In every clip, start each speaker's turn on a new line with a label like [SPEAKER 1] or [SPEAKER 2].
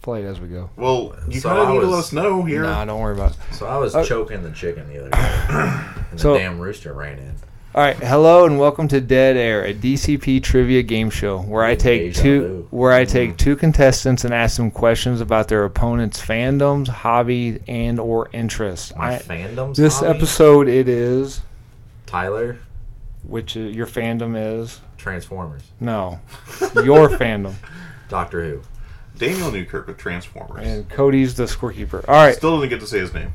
[SPEAKER 1] play it as we go.
[SPEAKER 2] Well, you
[SPEAKER 3] So
[SPEAKER 2] kind of
[SPEAKER 3] I
[SPEAKER 2] need to
[SPEAKER 3] was-
[SPEAKER 2] let us know here.
[SPEAKER 1] Nah, don't worry about it.
[SPEAKER 3] So I was
[SPEAKER 1] Oh.
[SPEAKER 3] choking the chicken the other day, and
[SPEAKER 1] So-
[SPEAKER 3] the damn rooster ran in.
[SPEAKER 1] All right, hello and welcome to Dead Air, a DCP trivia game show where I take
[SPEAKER 3] Deja
[SPEAKER 1] two
[SPEAKER 3] vu.
[SPEAKER 1] where I take two contestants and ask them questions about their opponent's fandoms, hobbies, and or interests.
[SPEAKER 3] My
[SPEAKER 1] I-
[SPEAKER 3] fandom's
[SPEAKER 1] this
[SPEAKER 3] hobby?
[SPEAKER 1] episode it is
[SPEAKER 3] Tyler
[SPEAKER 1] which is, your fandom is
[SPEAKER 3] Transformers,
[SPEAKER 1] no your fandom
[SPEAKER 3] Doctor Who.
[SPEAKER 2] Daniel Newkirk with Transformers.
[SPEAKER 1] and Cody's the scorekeeper. All right,
[SPEAKER 2] Still didn't get to say his name.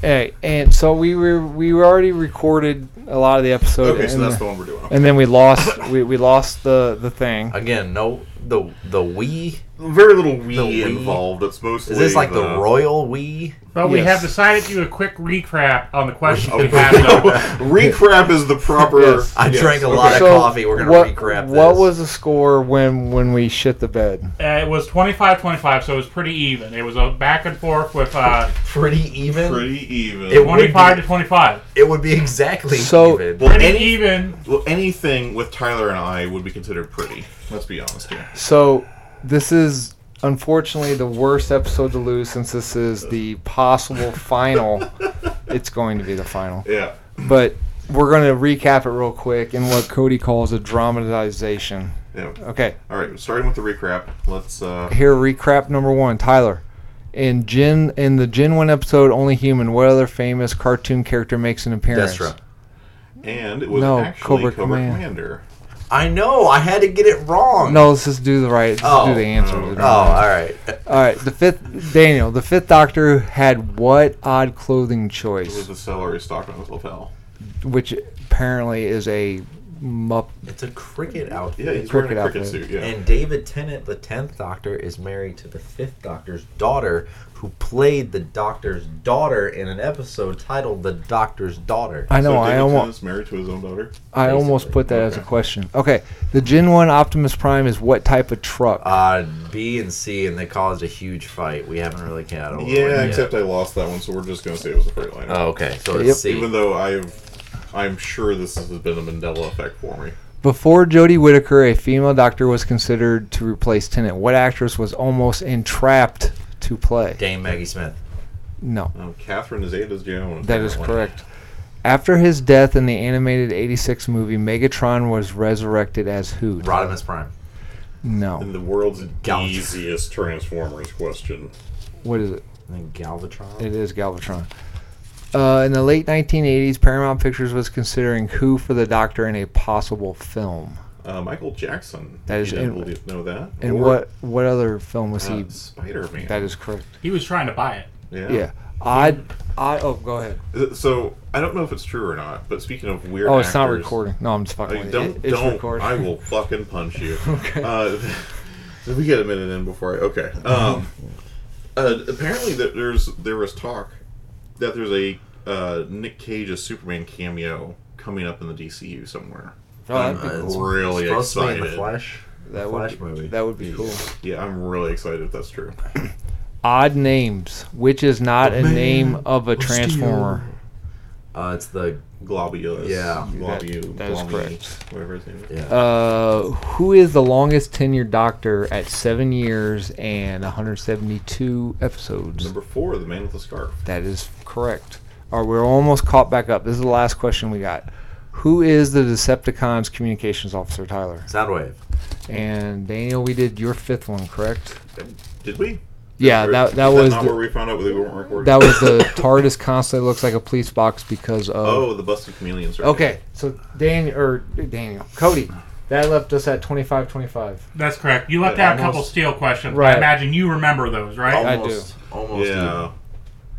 [SPEAKER 1] hey, and so we were we were already recorded a lot of the episode.
[SPEAKER 2] Okay, so
[SPEAKER 1] and,
[SPEAKER 2] that's the one we're doing.
[SPEAKER 1] and then we lost we, we lost the the thing.
[SPEAKER 3] Again, no, the the we
[SPEAKER 2] Very little we
[SPEAKER 3] The we?
[SPEAKER 2] involved. It's mostly
[SPEAKER 3] is this like
[SPEAKER 2] uh,
[SPEAKER 3] the royal we?
[SPEAKER 4] But we
[SPEAKER 1] Yes.
[SPEAKER 4] have decided to do a quick recap on the questions we
[SPEAKER 2] Okay.
[SPEAKER 4] have. left.
[SPEAKER 2] recrap is the proper.
[SPEAKER 1] Yes.
[SPEAKER 3] I drank a lot
[SPEAKER 1] So
[SPEAKER 3] of coffee. We're gonna
[SPEAKER 1] what,
[SPEAKER 3] recap this.
[SPEAKER 1] What was the score when when we shit the bed?
[SPEAKER 4] Uh, it was 25-25, so it was pretty even. It was a back and forth with uh,
[SPEAKER 3] pretty even?
[SPEAKER 2] pretty even.
[SPEAKER 3] It won't-
[SPEAKER 4] 25 to 25.
[SPEAKER 3] It would be exactly
[SPEAKER 1] So-
[SPEAKER 3] even.
[SPEAKER 2] well,
[SPEAKER 4] Pretty
[SPEAKER 2] any,
[SPEAKER 4] even.
[SPEAKER 2] well, anything with Tyler and I would be considered pretty. Let's be honest here.
[SPEAKER 1] So this is unfortunately the worst episode to lose since this is the possible final. it's going to be the final,
[SPEAKER 2] Yeah.
[SPEAKER 1] but we're going to recap it real quick in what Cody calls a dramatization.
[SPEAKER 2] yeah.
[SPEAKER 1] Okay,
[SPEAKER 2] All right. Starting with the recrap. Let's. uh
[SPEAKER 1] here recap number one, Tyler. In Jin in the Jin one episode, only human. What other famous cartoon character makes an appearance?
[SPEAKER 3] Destro.
[SPEAKER 2] And it was
[SPEAKER 1] No,
[SPEAKER 2] actually
[SPEAKER 1] Cobra
[SPEAKER 2] Cobra,
[SPEAKER 1] Command.
[SPEAKER 2] Commander.
[SPEAKER 3] I know. I had to get it wrong.
[SPEAKER 1] No, let's just do the right. Let's do
[SPEAKER 3] Oh.
[SPEAKER 1] the answer.
[SPEAKER 2] Oh,
[SPEAKER 3] Oh, all right.
[SPEAKER 1] All right, the fifth Daniel, the fifth Doctor had what odd clothing
[SPEAKER 2] It was
[SPEAKER 1] choice,
[SPEAKER 2] the celery stock on his lapel.
[SPEAKER 1] which apparently is a mup.
[SPEAKER 3] It's a cricket outfit.
[SPEAKER 2] Yeah, he's
[SPEAKER 1] Cricket
[SPEAKER 2] wearing a cricket
[SPEAKER 1] outfit.
[SPEAKER 2] suit. Yeah.
[SPEAKER 3] And David Tennant, the tenth Doctor, is married to the fifth Doctor's daughter, who played the Doctor's daughter in an episode titled "The Doctor's Daughter."
[SPEAKER 1] I know.
[SPEAKER 2] so
[SPEAKER 1] I
[SPEAKER 2] David
[SPEAKER 1] almost,
[SPEAKER 2] Tennant's married to his own daughter.
[SPEAKER 1] I almost
[SPEAKER 3] basically.
[SPEAKER 1] put that as a
[SPEAKER 2] Okay.
[SPEAKER 1] question. Okay, the Gen One Optimus Prime is what type of truck?
[SPEAKER 3] Uh, B and C, and they caused a huge fight. We haven't really came out over it
[SPEAKER 2] Yeah,
[SPEAKER 3] yet.
[SPEAKER 2] except I lost that one, so we're just gonna say it was a Freightliner.
[SPEAKER 3] Oh, okay, so it's
[SPEAKER 1] Yep.
[SPEAKER 3] C.
[SPEAKER 2] Even though I've, I'm sure this has been a Mandela effect for me.
[SPEAKER 1] Before Jodie Whittaker, a female Doctor was considered to replace Tennant. What actress was almost entrapped to play?
[SPEAKER 3] Dame Maggie Smith.
[SPEAKER 1] No,
[SPEAKER 2] Um, Catherine is Ada's Jones.
[SPEAKER 1] that is
[SPEAKER 3] Apparently.
[SPEAKER 1] correct. After his death in the animated '86 movie, Megatron was resurrected as who?
[SPEAKER 3] Rodimus Prime.
[SPEAKER 1] No.
[SPEAKER 2] in the world's
[SPEAKER 3] Gouch.
[SPEAKER 2] easiest Transformers question.
[SPEAKER 1] What is it?
[SPEAKER 3] And then Galvatron.
[SPEAKER 1] It is Galvatron. Uh, in the late 1980s, Paramount Pictures was considering who for the Doctor in a possible film.
[SPEAKER 2] Uh, Michael Jackson.
[SPEAKER 1] That is
[SPEAKER 2] you didn't
[SPEAKER 1] in-
[SPEAKER 2] believe- know that.
[SPEAKER 1] And
[SPEAKER 2] Or,
[SPEAKER 1] what what other film was
[SPEAKER 2] Uh,
[SPEAKER 1] he?
[SPEAKER 2] Spider Man.
[SPEAKER 1] That is correct.
[SPEAKER 4] He was trying to buy it.
[SPEAKER 2] Yeah.
[SPEAKER 1] Yeah. I I oh go ahead.
[SPEAKER 2] Uh, So I don't know if it's true or not, but speaking of weird.
[SPEAKER 1] Oh, it's not
[SPEAKER 2] actors-
[SPEAKER 1] recording. No, I'm just fucking.
[SPEAKER 2] Like,
[SPEAKER 1] with you.
[SPEAKER 2] Oh, don't
[SPEAKER 1] It- it's
[SPEAKER 2] don't.
[SPEAKER 1] recording. Oh,
[SPEAKER 2] I will fucking punch you. okay. Uh, did we get a minute in before I? Okay.
[SPEAKER 1] Uh-huh.
[SPEAKER 2] Um, uh, apparently, that there's there was talk that there's a uh, Nick Cage as Superman cameo coming up in the DCU somewhere.
[SPEAKER 1] Oh, that'd be
[SPEAKER 3] Uh,
[SPEAKER 1] cool.
[SPEAKER 3] it's
[SPEAKER 2] Really
[SPEAKER 3] supposed to be in the
[SPEAKER 2] excited.
[SPEAKER 3] Flash.
[SPEAKER 1] That
[SPEAKER 3] Flash
[SPEAKER 1] would
[SPEAKER 3] movie.
[SPEAKER 1] that would be
[SPEAKER 3] Jeez.
[SPEAKER 1] cool.
[SPEAKER 2] Yeah, I'm really excited if that's true.
[SPEAKER 1] Odd names, which is not a
[SPEAKER 3] Man
[SPEAKER 1] name of a
[SPEAKER 3] of Steel.
[SPEAKER 1] transformer.
[SPEAKER 3] Uh, it's the
[SPEAKER 2] Globulus.
[SPEAKER 3] Yeah.
[SPEAKER 2] Globu,
[SPEAKER 1] That- that is
[SPEAKER 2] Globby,
[SPEAKER 1] correct.
[SPEAKER 2] Whatever his name is.
[SPEAKER 3] yeah.
[SPEAKER 1] Uh, who is the longest tenured doctor at seven years and 172 episodes?
[SPEAKER 2] Number four, the man with the scarf.
[SPEAKER 1] That is correct. All right, we're almost caught back up. This is the last question we got. Who is the Decepticons communications officer, Tyler?
[SPEAKER 3] Soundwave.
[SPEAKER 1] And Daniel, we did your fifth one, correct?
[SPEAKER 2] Did we?
[SPEAKER 1] Yeah,
[SPEAKER 2] Or-
[SPEAKER 1] that-
[SPEAKER 2] is
[SPEAKER 1] that was
[SPEAKER 2] not
[SPEAKER 1] the-
[SPEAKER 2] where we found out we weren't recording.
[SPEAKER 1] That was the TARDIS constantly looks like a police box because of.
[SPEAKER 2] oh, the busted chameleons. Right
[SPEAKER 1] Okay, so Daniel or Daniel, Cody, that left us at 25-25.
[SPEAKER 4] That's correct. You left
[SPEAKER 2] Yeah,
[SPEAKER 4] out a couple
[SPEAKER 2] almost.
[SPEAKER 4] steel questions.
[SPEAKER 1] Right.
[SPEAKER 4] I imagine you remember those, right?
[SPEAKER 1] I
[SPEAKER 3] Almost. Almost.
[SPEAKER 2] Yeah.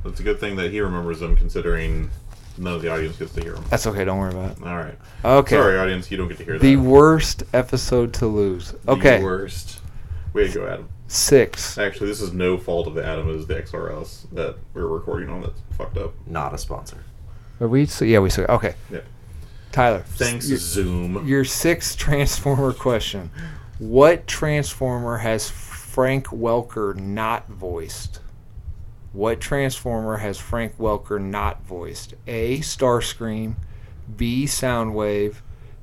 [SPEAKER 2] It's a good thing that he remembers them, considering none of the audience gets to hear them.
[SPEAKER 1] That's okay. Don't worry about it.
[SPEAKER 2] All right.
[SPEAKER 1] Okay.
[SPEAKER 2] Sorry, audience, you don't get to hear
[SPEAKER 1] The
[SPEAKER 2] that.
[SPEAKER 1] worst episode to lose. Okay,
[SPEAKER 2] The worst. Way to go, Adam.
[SPEAKER 1] six.
[SPEAKER 2] Actually, this is no fault of the Adam. It is the XRS that we're recording on that's fucked up.
[SPEAKER 3] even. Not a sponsor.
[SPEAKER 1] Are we? So, yeah, we. So, okay.
[SPEAKER 2] Yeah.
[SPEAKER 1] Tyler,
[SPEAKER 2] Thanks,
[SPEAKER 1] your,
[SPEAKER 2] Zoom.
[SPEAKER 1] your sixth Transformer question: What Transformer has Frank Welker not voiced? What Transformer has Frank Welker not voiced? A. Starscream, B. Soundwave,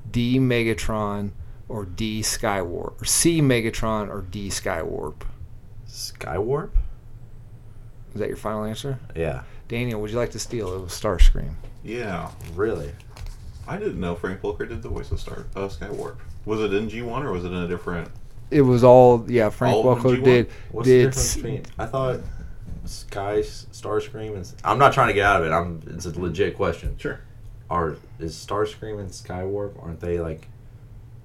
[SPEAKER 1] D. Megatron, or D. Skywarp? Or C. Megatron or D. Skywarp?
[SPEAKER 3] Skywarp?
[SPEAKER 1] Is that your final answer?
[SPEAKER 3] Yeah,
[SPEAKER 1] Daniel, would you like to steal? It was Starscream.
[SPEAKER 2] Yeah,
[SPEAKER 3] really.
[SPEAKER 2] I didn't know Frank Welker did the voice of Star uh, Skywarp. Was it in G one or was it in a different?
[SPEAKER 1] It was all yeah. Frank
[SPEAKER 2] All of them
[SPEAKER 1] Welker
[SPEAKER 2] G1?
[SPEAKER 1] did
[SPEAKER 3] What's the
[SPEAKER 1] did
[SPEAKER 3] difference between? I thought Sky Starscream and I'm not trying to get out of it. I'm. It's a legit question.
[SPEAKER 2] Sure.
[SPEAKER 3] Are is Starscream and Skywarp? Aren't they like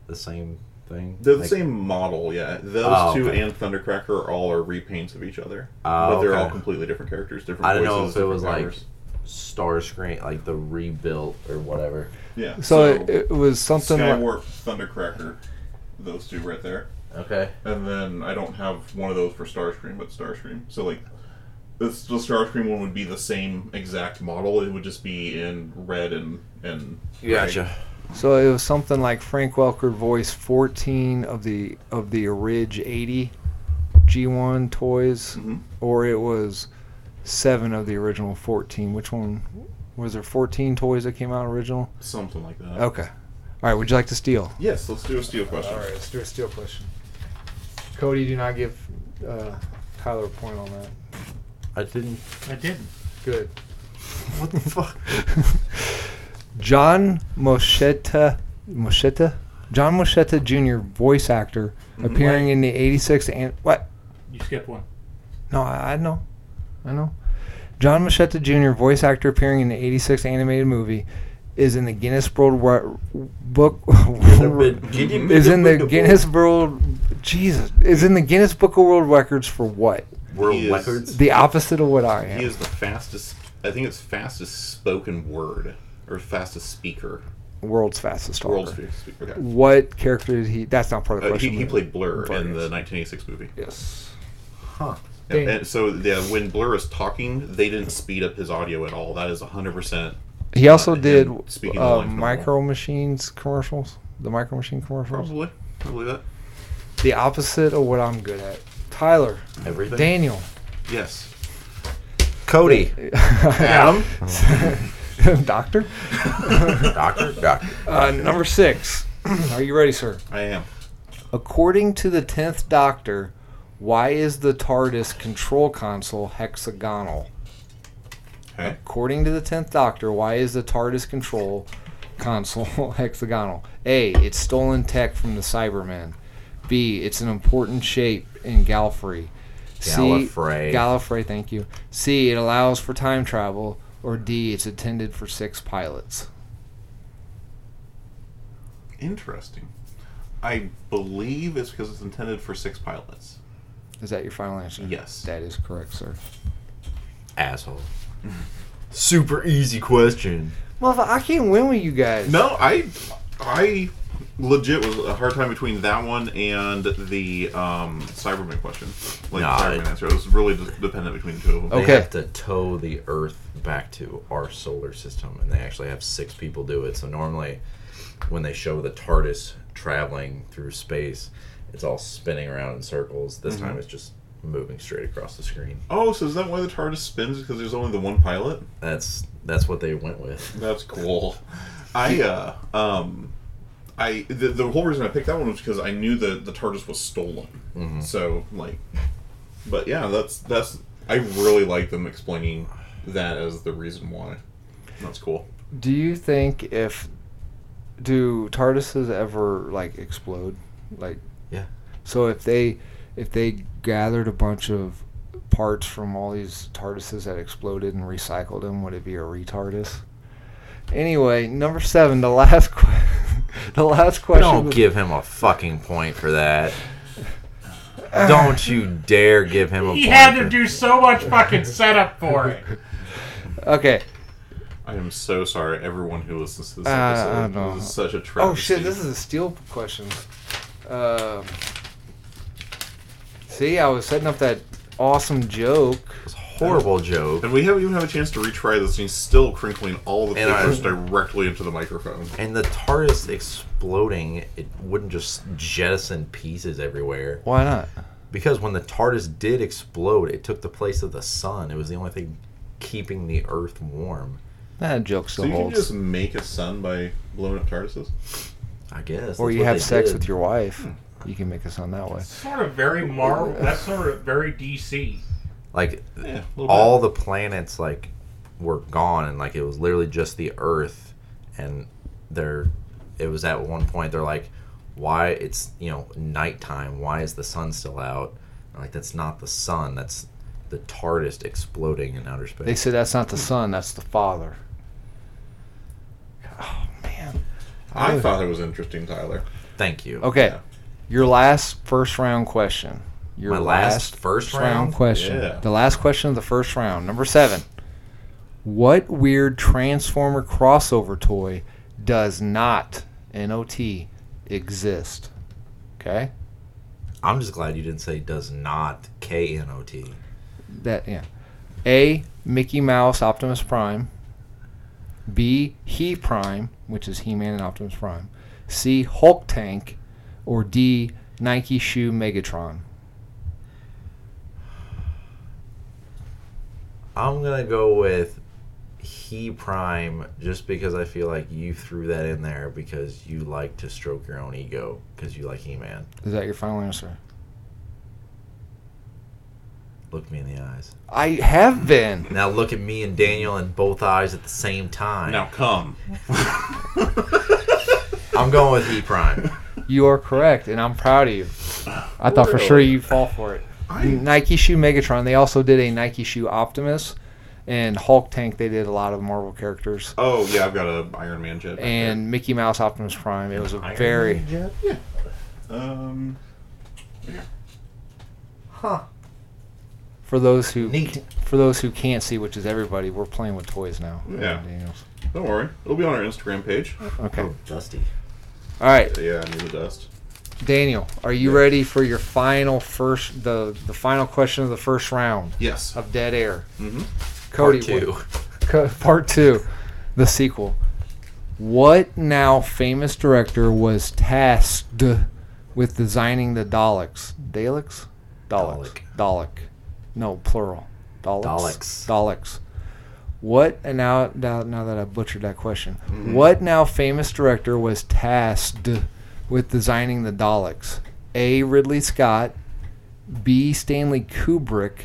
[SPEAKER 3] the same thing?
[SPEAKER 2] They're
[SPEAKER 3] Like-
[SPEAKER 2] the same model, yeah. Those
[SPEAKER 3] Oh,
[SPEAKER 2] two
[SPEAKER 3] okay.
[SPEAKER 2] and Thundercracker are all are repaints of each other,
[SPEAKER 3] Oh,
[SPEAKER 2] but they're
[SPEAKER 3] okay.
[SPEAKER 2] all completely different characters, different.
[SPEAKER 3] I don't know
[SPEAKER 2] voices,
[SPEAKER 3] if it was
[SPEAKER 2] different
[SPEAKER 3] like
[SPEAKER 2] powers.
[SPEAKER 3] Starscream, like the rebuilt or whatever.
[SPEAKER 2] yeah.
[SPEAKER 1] So it, it was something like
[SPEAKER 2] Skywarp, Thundercracker, those two right there,
[SPEAKER 3] Okay.
[SPEAKER 2] and then I don't have one of those for Starscream, but Starscream. So like, this the Starscream one would be the same exact model. It would just be in red and and gray.
[SPEAKER 3] Gotcha.
[SPEAKER 1] so it was something like Frank Welker voiced 14 of the of the Ridge 80 G1 toys,
[SPEAKER 2] Mhm.
[SPEAKER 1] or it was seven of the original 14. Which one was there? 14 toys that came out original.
[SPEAKER 2] something like that.
[SPEAKER 1] Okay. All right. Would you like to steal?
[SPEAKER 2] Yes, let's do a steel question.
[SPEAKER 1] All right, let's do a steel question. Cody, do not give uh, Tyler a point on that.
[SPEAKER 3] I didn't.
[SPEAKER 4] I didn't.
[SPEAKER 1] Good.
[SPEAKER 3] What the fuck?
[SPEAKER 1] John Moschetta, Moschetta, John Moschetta Jr. voice actor
[SPEAKER 2] Mm-hmm.
[SPEAKER 1] appearing in the '86 and what?
[SPEAKER 4] You skipped one.
[SPEAKER 1] No, I, I know, I know. John Moschetta Jr. voice actor appearing in the '86 animated movie is in the Guinness World Wa- Book. is in the Guinness World. Jesus, is in the Guinness Book of World Records for what?
[SPEAKER 3] World
[SPEAKER 2] He is-
[SPEAKER 3] records.
[SPEAKER 1] The opposite of what I am.
[SPEAKER 2] He is the fastest. I think it's fastest spoken word or fastest speaker.
[SPEAKER 1] world's fastest talker.
[SPEAKER 2] World's fastest speaker. Okay.
[SPEAKER 1] What character did he? That's not part of the
[SPEAKER 2] Uh, he,
[SPEAKER 1] question.
[SPEAKER 2] he
[SPEAKER 1] but-
[SPEAKER 2] played Blur
[SPEAKER 1] Blur,
[SPEAKER 2] in the
[SPEAKER 1] yes.
[SPEAKER 2] 1986 movie.
[SPEAKER 1] Yes.
[SPEAKER 3] Huh.
[SPEAKER 2] Yeah,
[SPEAKER 1] Dang.
[SPEAKER 2] And so yeah, when Blur is talking, they didn't speed up his audio at all. That is 100%.
[SPEAKER 1] He also
[SPEAKER 2] him
[SPEAKER 1] did
[SPEAKER 2] speaking the
[SPEAKER 1] uh,
[SPEAKER 2] line from
[SPEAKER 1] Micro Machines commercials. The Micro Machine commercials.
[SPEAKER 2] Probably. Probably that.
[SPEAKER 1] The opposite of what I'm good at. Tyler,
[SPEAKER 3] Everything.
[SPEAKER 1] Daniel,
[SPEAKER 2] Yes.
[SPEAKER 3] Cody.
[SPEAKER 2] Adam?
[SPEAKER 1] Doctor.
[SPEAKER 3] Doctor. Doctor.
[SPEAKER 1] Uh, number six. Are you ready, sir?
[SPEAKER 2] I am.
[SPEAKER 1] According to the tenth Doctor, why is the TARDIS control console hexagonal?
[SPEAKER 2] Okay.
[SPEAKER 1] According to the tenth Doctor, why is the TARDIS control console hexagonal? A. It's stolen tech from the Cybermen. B. It's an important shape in Gallifrey.
[SPEAKER 3] Gallifrey.
[SPEAKER 1] C, Gallifrey, thank you. C. It allows for time travel. Or D. It's intended for six pilots.
[SPEAKER 2] Interesting. I believe it's because it's intended for six pilots.
[SPEAKER 1] Is that your final answer?
[SPEAKER 2] Yes.
[SPEAKER 1] That is correct, sir.
[SPEAKER 3] Asshole. Super easy question.
[SPEAKER 1] Motherfucker, I can't win with you guys.
[SPEAKER 2] No, I I legit was a hard time between that one and the um, Cyberman question. Like
[SPEAKER 3] Nah,
[SPEAKER 2] the Cyberman
[SPEAKER 3] it-
[SPEAKER 2] answer. It was really just dependent between the two of them.
[SPEAKER 1] Oh.
[SPEAKER 3] They
[SPEAKER 1] Okay.
[SPEAKER 3] have to tow the Earth back to our solar system, and they actually have six people do it. So normally, when they show the TARDIS traveling through space, it's all spinning around in circles. This time, it's just moving straight across the screen.
[SPEAKER 2] Oh, so is that why the TARDIS spins? Because there's only the one pilot?
[SPEAKER 3] That's that's what they went with.
[SPEAKER 2] That's cool. I uh um I the, the whole reason I picked that one was because I knew that the TARDIS was stolen.
[SPEAKER 3] Mm-hmm.
[SPEAKER 2] So like but yeah, that's that's I really like them explaining that as the reason why. That's cool.
[SPEAKER 1] Do you think if do TARDISes ever like explode? Like
[SPEAKER 3] Yeah.
[SPEAKER 1] So if they if they gathered a bunch of parts from all these TARDISes that exploded and recycled them, would it be a retardis? Anyway, number seven, the last que- the last question.
[SPEAKER 3] Don't give him a fucking point for that. Don't you dare give him a
[SPEAKER 4] He
[SPEAKER 3] point.
[SPEAKER 4] had to
[SPEAKER 3] for-
[SPEAKER 4] do so much fucking setup for it.
[SPEAKER 1] okay.
[SPEAKER 2] I am so sorry everyone who listens to this
[SPEAKER 1] Uh,
[SPEAKER 2] episode.
[SPEAKER 1] I don't
[SPEAKER 2] This is
[SPEAKER 1] know.
[SPEAKER 2] such a tragedy.
[SPEAKER 1] Oh shit! This is a steel question. Um see, I was setting up that awesome joke.
[SPEAKER 3] It's a horrible joke.
[SPEAKER 2] and we haven't even had a chance to retry this, and he's still crinkling all the
[SPEAKER 3] And I-
[SPEAKER 2] papers directly into the microphone.
[SPEAKER 3] And the TARDIS exploding, it wouldn't just jettison pieces everywhere.
[SPEAKER 1] Why not?
[SPEAKER 3] Because when the TARDIS did explode, it took the place of the sun. It was the only thing keeping the Earth warm.
[SPEAKER 1] That joke still
[SPEAKER 2] So you can
[SPEAKER 1] holds.
[SPEAKER 2] just make a sun by blowing up TARDISes?
[SPEAKER 3] I guess.
[SPEAKER 1] or
[SPEAKER 3] that's
[SPEAKER 1] you
[SPEAKER 3] what
[SPEAKER 1] have
[SPEAKER 3] they
[SPEAKER 1] sex
[SPEAKER 3] did.
[SPEAKER 1] with your wife.
[SPEAKER 3] I
[SPEAKER 2] Hmm.
[SPEAKER 1] You can make a sound that way.
[SPEAKER 4] Sort of very Marvel. That's sort of very DC.
[SPEAKER 3] Like
[SPEAKER 2] Yeah, a little
[SPEAKER 3] all the planets like were gone and like it was literally just the earth and there it was at one point they're like why it's you know nighttime why is the sun still out And, like that's not the sun that's the TARDIS exploding in outer
[SPEAKER 1] They
[SPEAKER 3] space
[SPEAKER 1] said that's not the son, that's the father. Oh man.
[SPEAKER 2] bit. I thought it was interesting, Tyler.
[SPEAKER 3] thank you
[SPEAKER 1] Okay.
[SPEAKER 2] Yeah.
[SPEAKER 1] Your last first round question. Your
[SPEAKER 3] my last, first
[SPEAKER 1] first round
[SPEAKER 3] round,
[SPEAKER 1] question.
[SPEAKER 2] Yeah.
[SPEAKER 1] The last question of the first round. Number seven. What weird Transformer crossover toy does not NOT exist? Okay?
[SPEAKER 3] I'm just glad you didn't say does not K N O T
[SPEAKER 1] That yeah. A Mickey Mouse Optimus Prime. B He Prime, which is He Man and Optimus Prime. C Hulk Tank, or D Nike Shoe Megatron.
[SPEAKER 3] I'm gonna go with he prime just because I feel like you threw that in there because you like to stroke your own ego because you like He Man.
[SPEAKER 1] Is that your final answer?
[SPEAKER 3] Look me in the eyes.
[SPEAKER 1] I have been.
[SPEAKER 3] Now look at me and Daniel in both eyes at the same time.
[SPEAKER 2] Now come.
[SPEAKER 3] I'm going with He prime.
[SPEAKER 1] You are correct, and I'm proud of you. I thought for sure
[SPEAKER 2] Really?
[SPEAKER 1] you'd fall for it.
[SPEAKER 2] I,
[SPEAKER 1] Nike Shoe Megatron. They also did a Nike Shoe Optimus, and Hulk Tank. They did a lot of Marvel characters,
[SPEAKER 2] oh yeah, I've got a Iron Man jet. back
[SPEAKER 1] and Mickey Mouse Optimus Prime. It was a
[SPEAKER 3] Iron
[SPEAKER 1] very
[SPEAKER 3] Man jet?
[SPEAKER 2] there. um,
[SPEAKER 3] Huh.
[SPEAKER 1] for those who
[SPEAKER 3] Neat.
[SPEAKER 1] for those who can't see, which is everybody, we're playing with toys now.
[SPEAKER 2] Yeah.
[SPEAKER 1] Daniels.
[SPEAKER 2] don't worry, it'll be on our Instagram page.
[SPEAKER 1] Okay. All
[SPEAKER 3] Oh, dusty.
[SPEAKER 1] right,
[SPEAKER 2] Yeah, I need the dust.
[SPEAKER 1] Daniel, are you
[SPEAKER 2] Yeah.
[SPEAKER 1] ready for your final first the the final question of the first round
[SPEAKER 2] Yes.
[SPEAKER 1] of Dead Air?
[SPEAKER 2] Mhm.
[SPEAKER 1] Cody,
[SPEAKER 3] Part two.
[SPEAKER 1] what- co- part two, the sequel. What now famous director was tasked with designing the Daleks? Daleks? Daleks.
[SPEAKER 3] Dalek.
[SPEAKER 1] Dalek. No, plural. Daleks.
[SPEAKER 3] Daleks.
[SPEAKER 1] Daleks. What and now, now now that I butchered that question,
[SPEAKER 2] Mm-hmm.
[SPEAKER 1] what now famous director was tasked with designing the Daleks? A. Ridley Scott, B. Stanley Kubrick,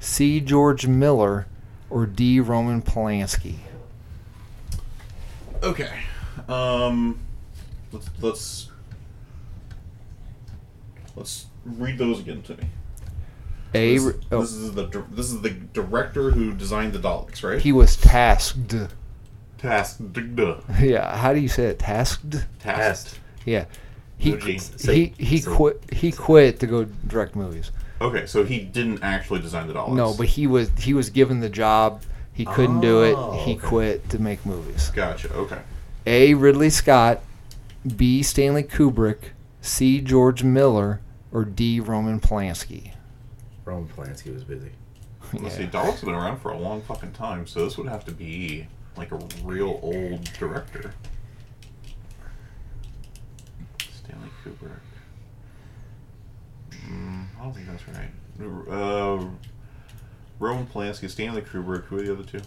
[SPEAKER 1] C. George Miller, or D. Roman Polanski?
[SPEAKER 2] Okay. Um, let's let's let's read those again to me.
[SPEAKER 1] A.
[SPEAKER 2] This,
[SPEAKER 1] oh,
[SPEAKER 2] this is the dir- this is the director who designed the Daleks, right?
[SPEAKER 1] he was tasked.
[SPEAKER 2] Task. dig- duh.
[SPEAKER 1] Yeah, how do you say it? Tasked.
[SPEAKER 2] Task.
[SPEAKER 1] Yeah, he
[SPEAKER 2] No G.
[SPEAKER 1] he he
[SPEAKER 3] Say-
[SPEAKER 1] quit he quit to go direct movies.
[SPEAKER 2] Okay, so he didn't actually design the Daleks.
[SPEAKER 1] No, but he was he was given the job. He couldn't do it.
[SPEAKER 3] Oh,
[SPEAKER 1] He
[SPEAKER 3] okay.
[SPEAKER 1] quit to make movies.
[SPEAKER 2] gotcha. Okay.
[SPEAKER 1] A. Ridley Scott, B. Stanley Kubrick, C. George Miller, or D. Roman Polanski.
[SPEAKER 3] Roman Polanski was busy.
[SPEAKER 2] Let's
[SPEAKER 1] Yeah.
[SPEAKER 2] see. Daleks have been around for a long fucking time, so this would have to be like a real old director. Stanley Kubrick. Mm, I don't think that's right. Uh, Roman Polanski, Stanley Kubrick. Who are the other two?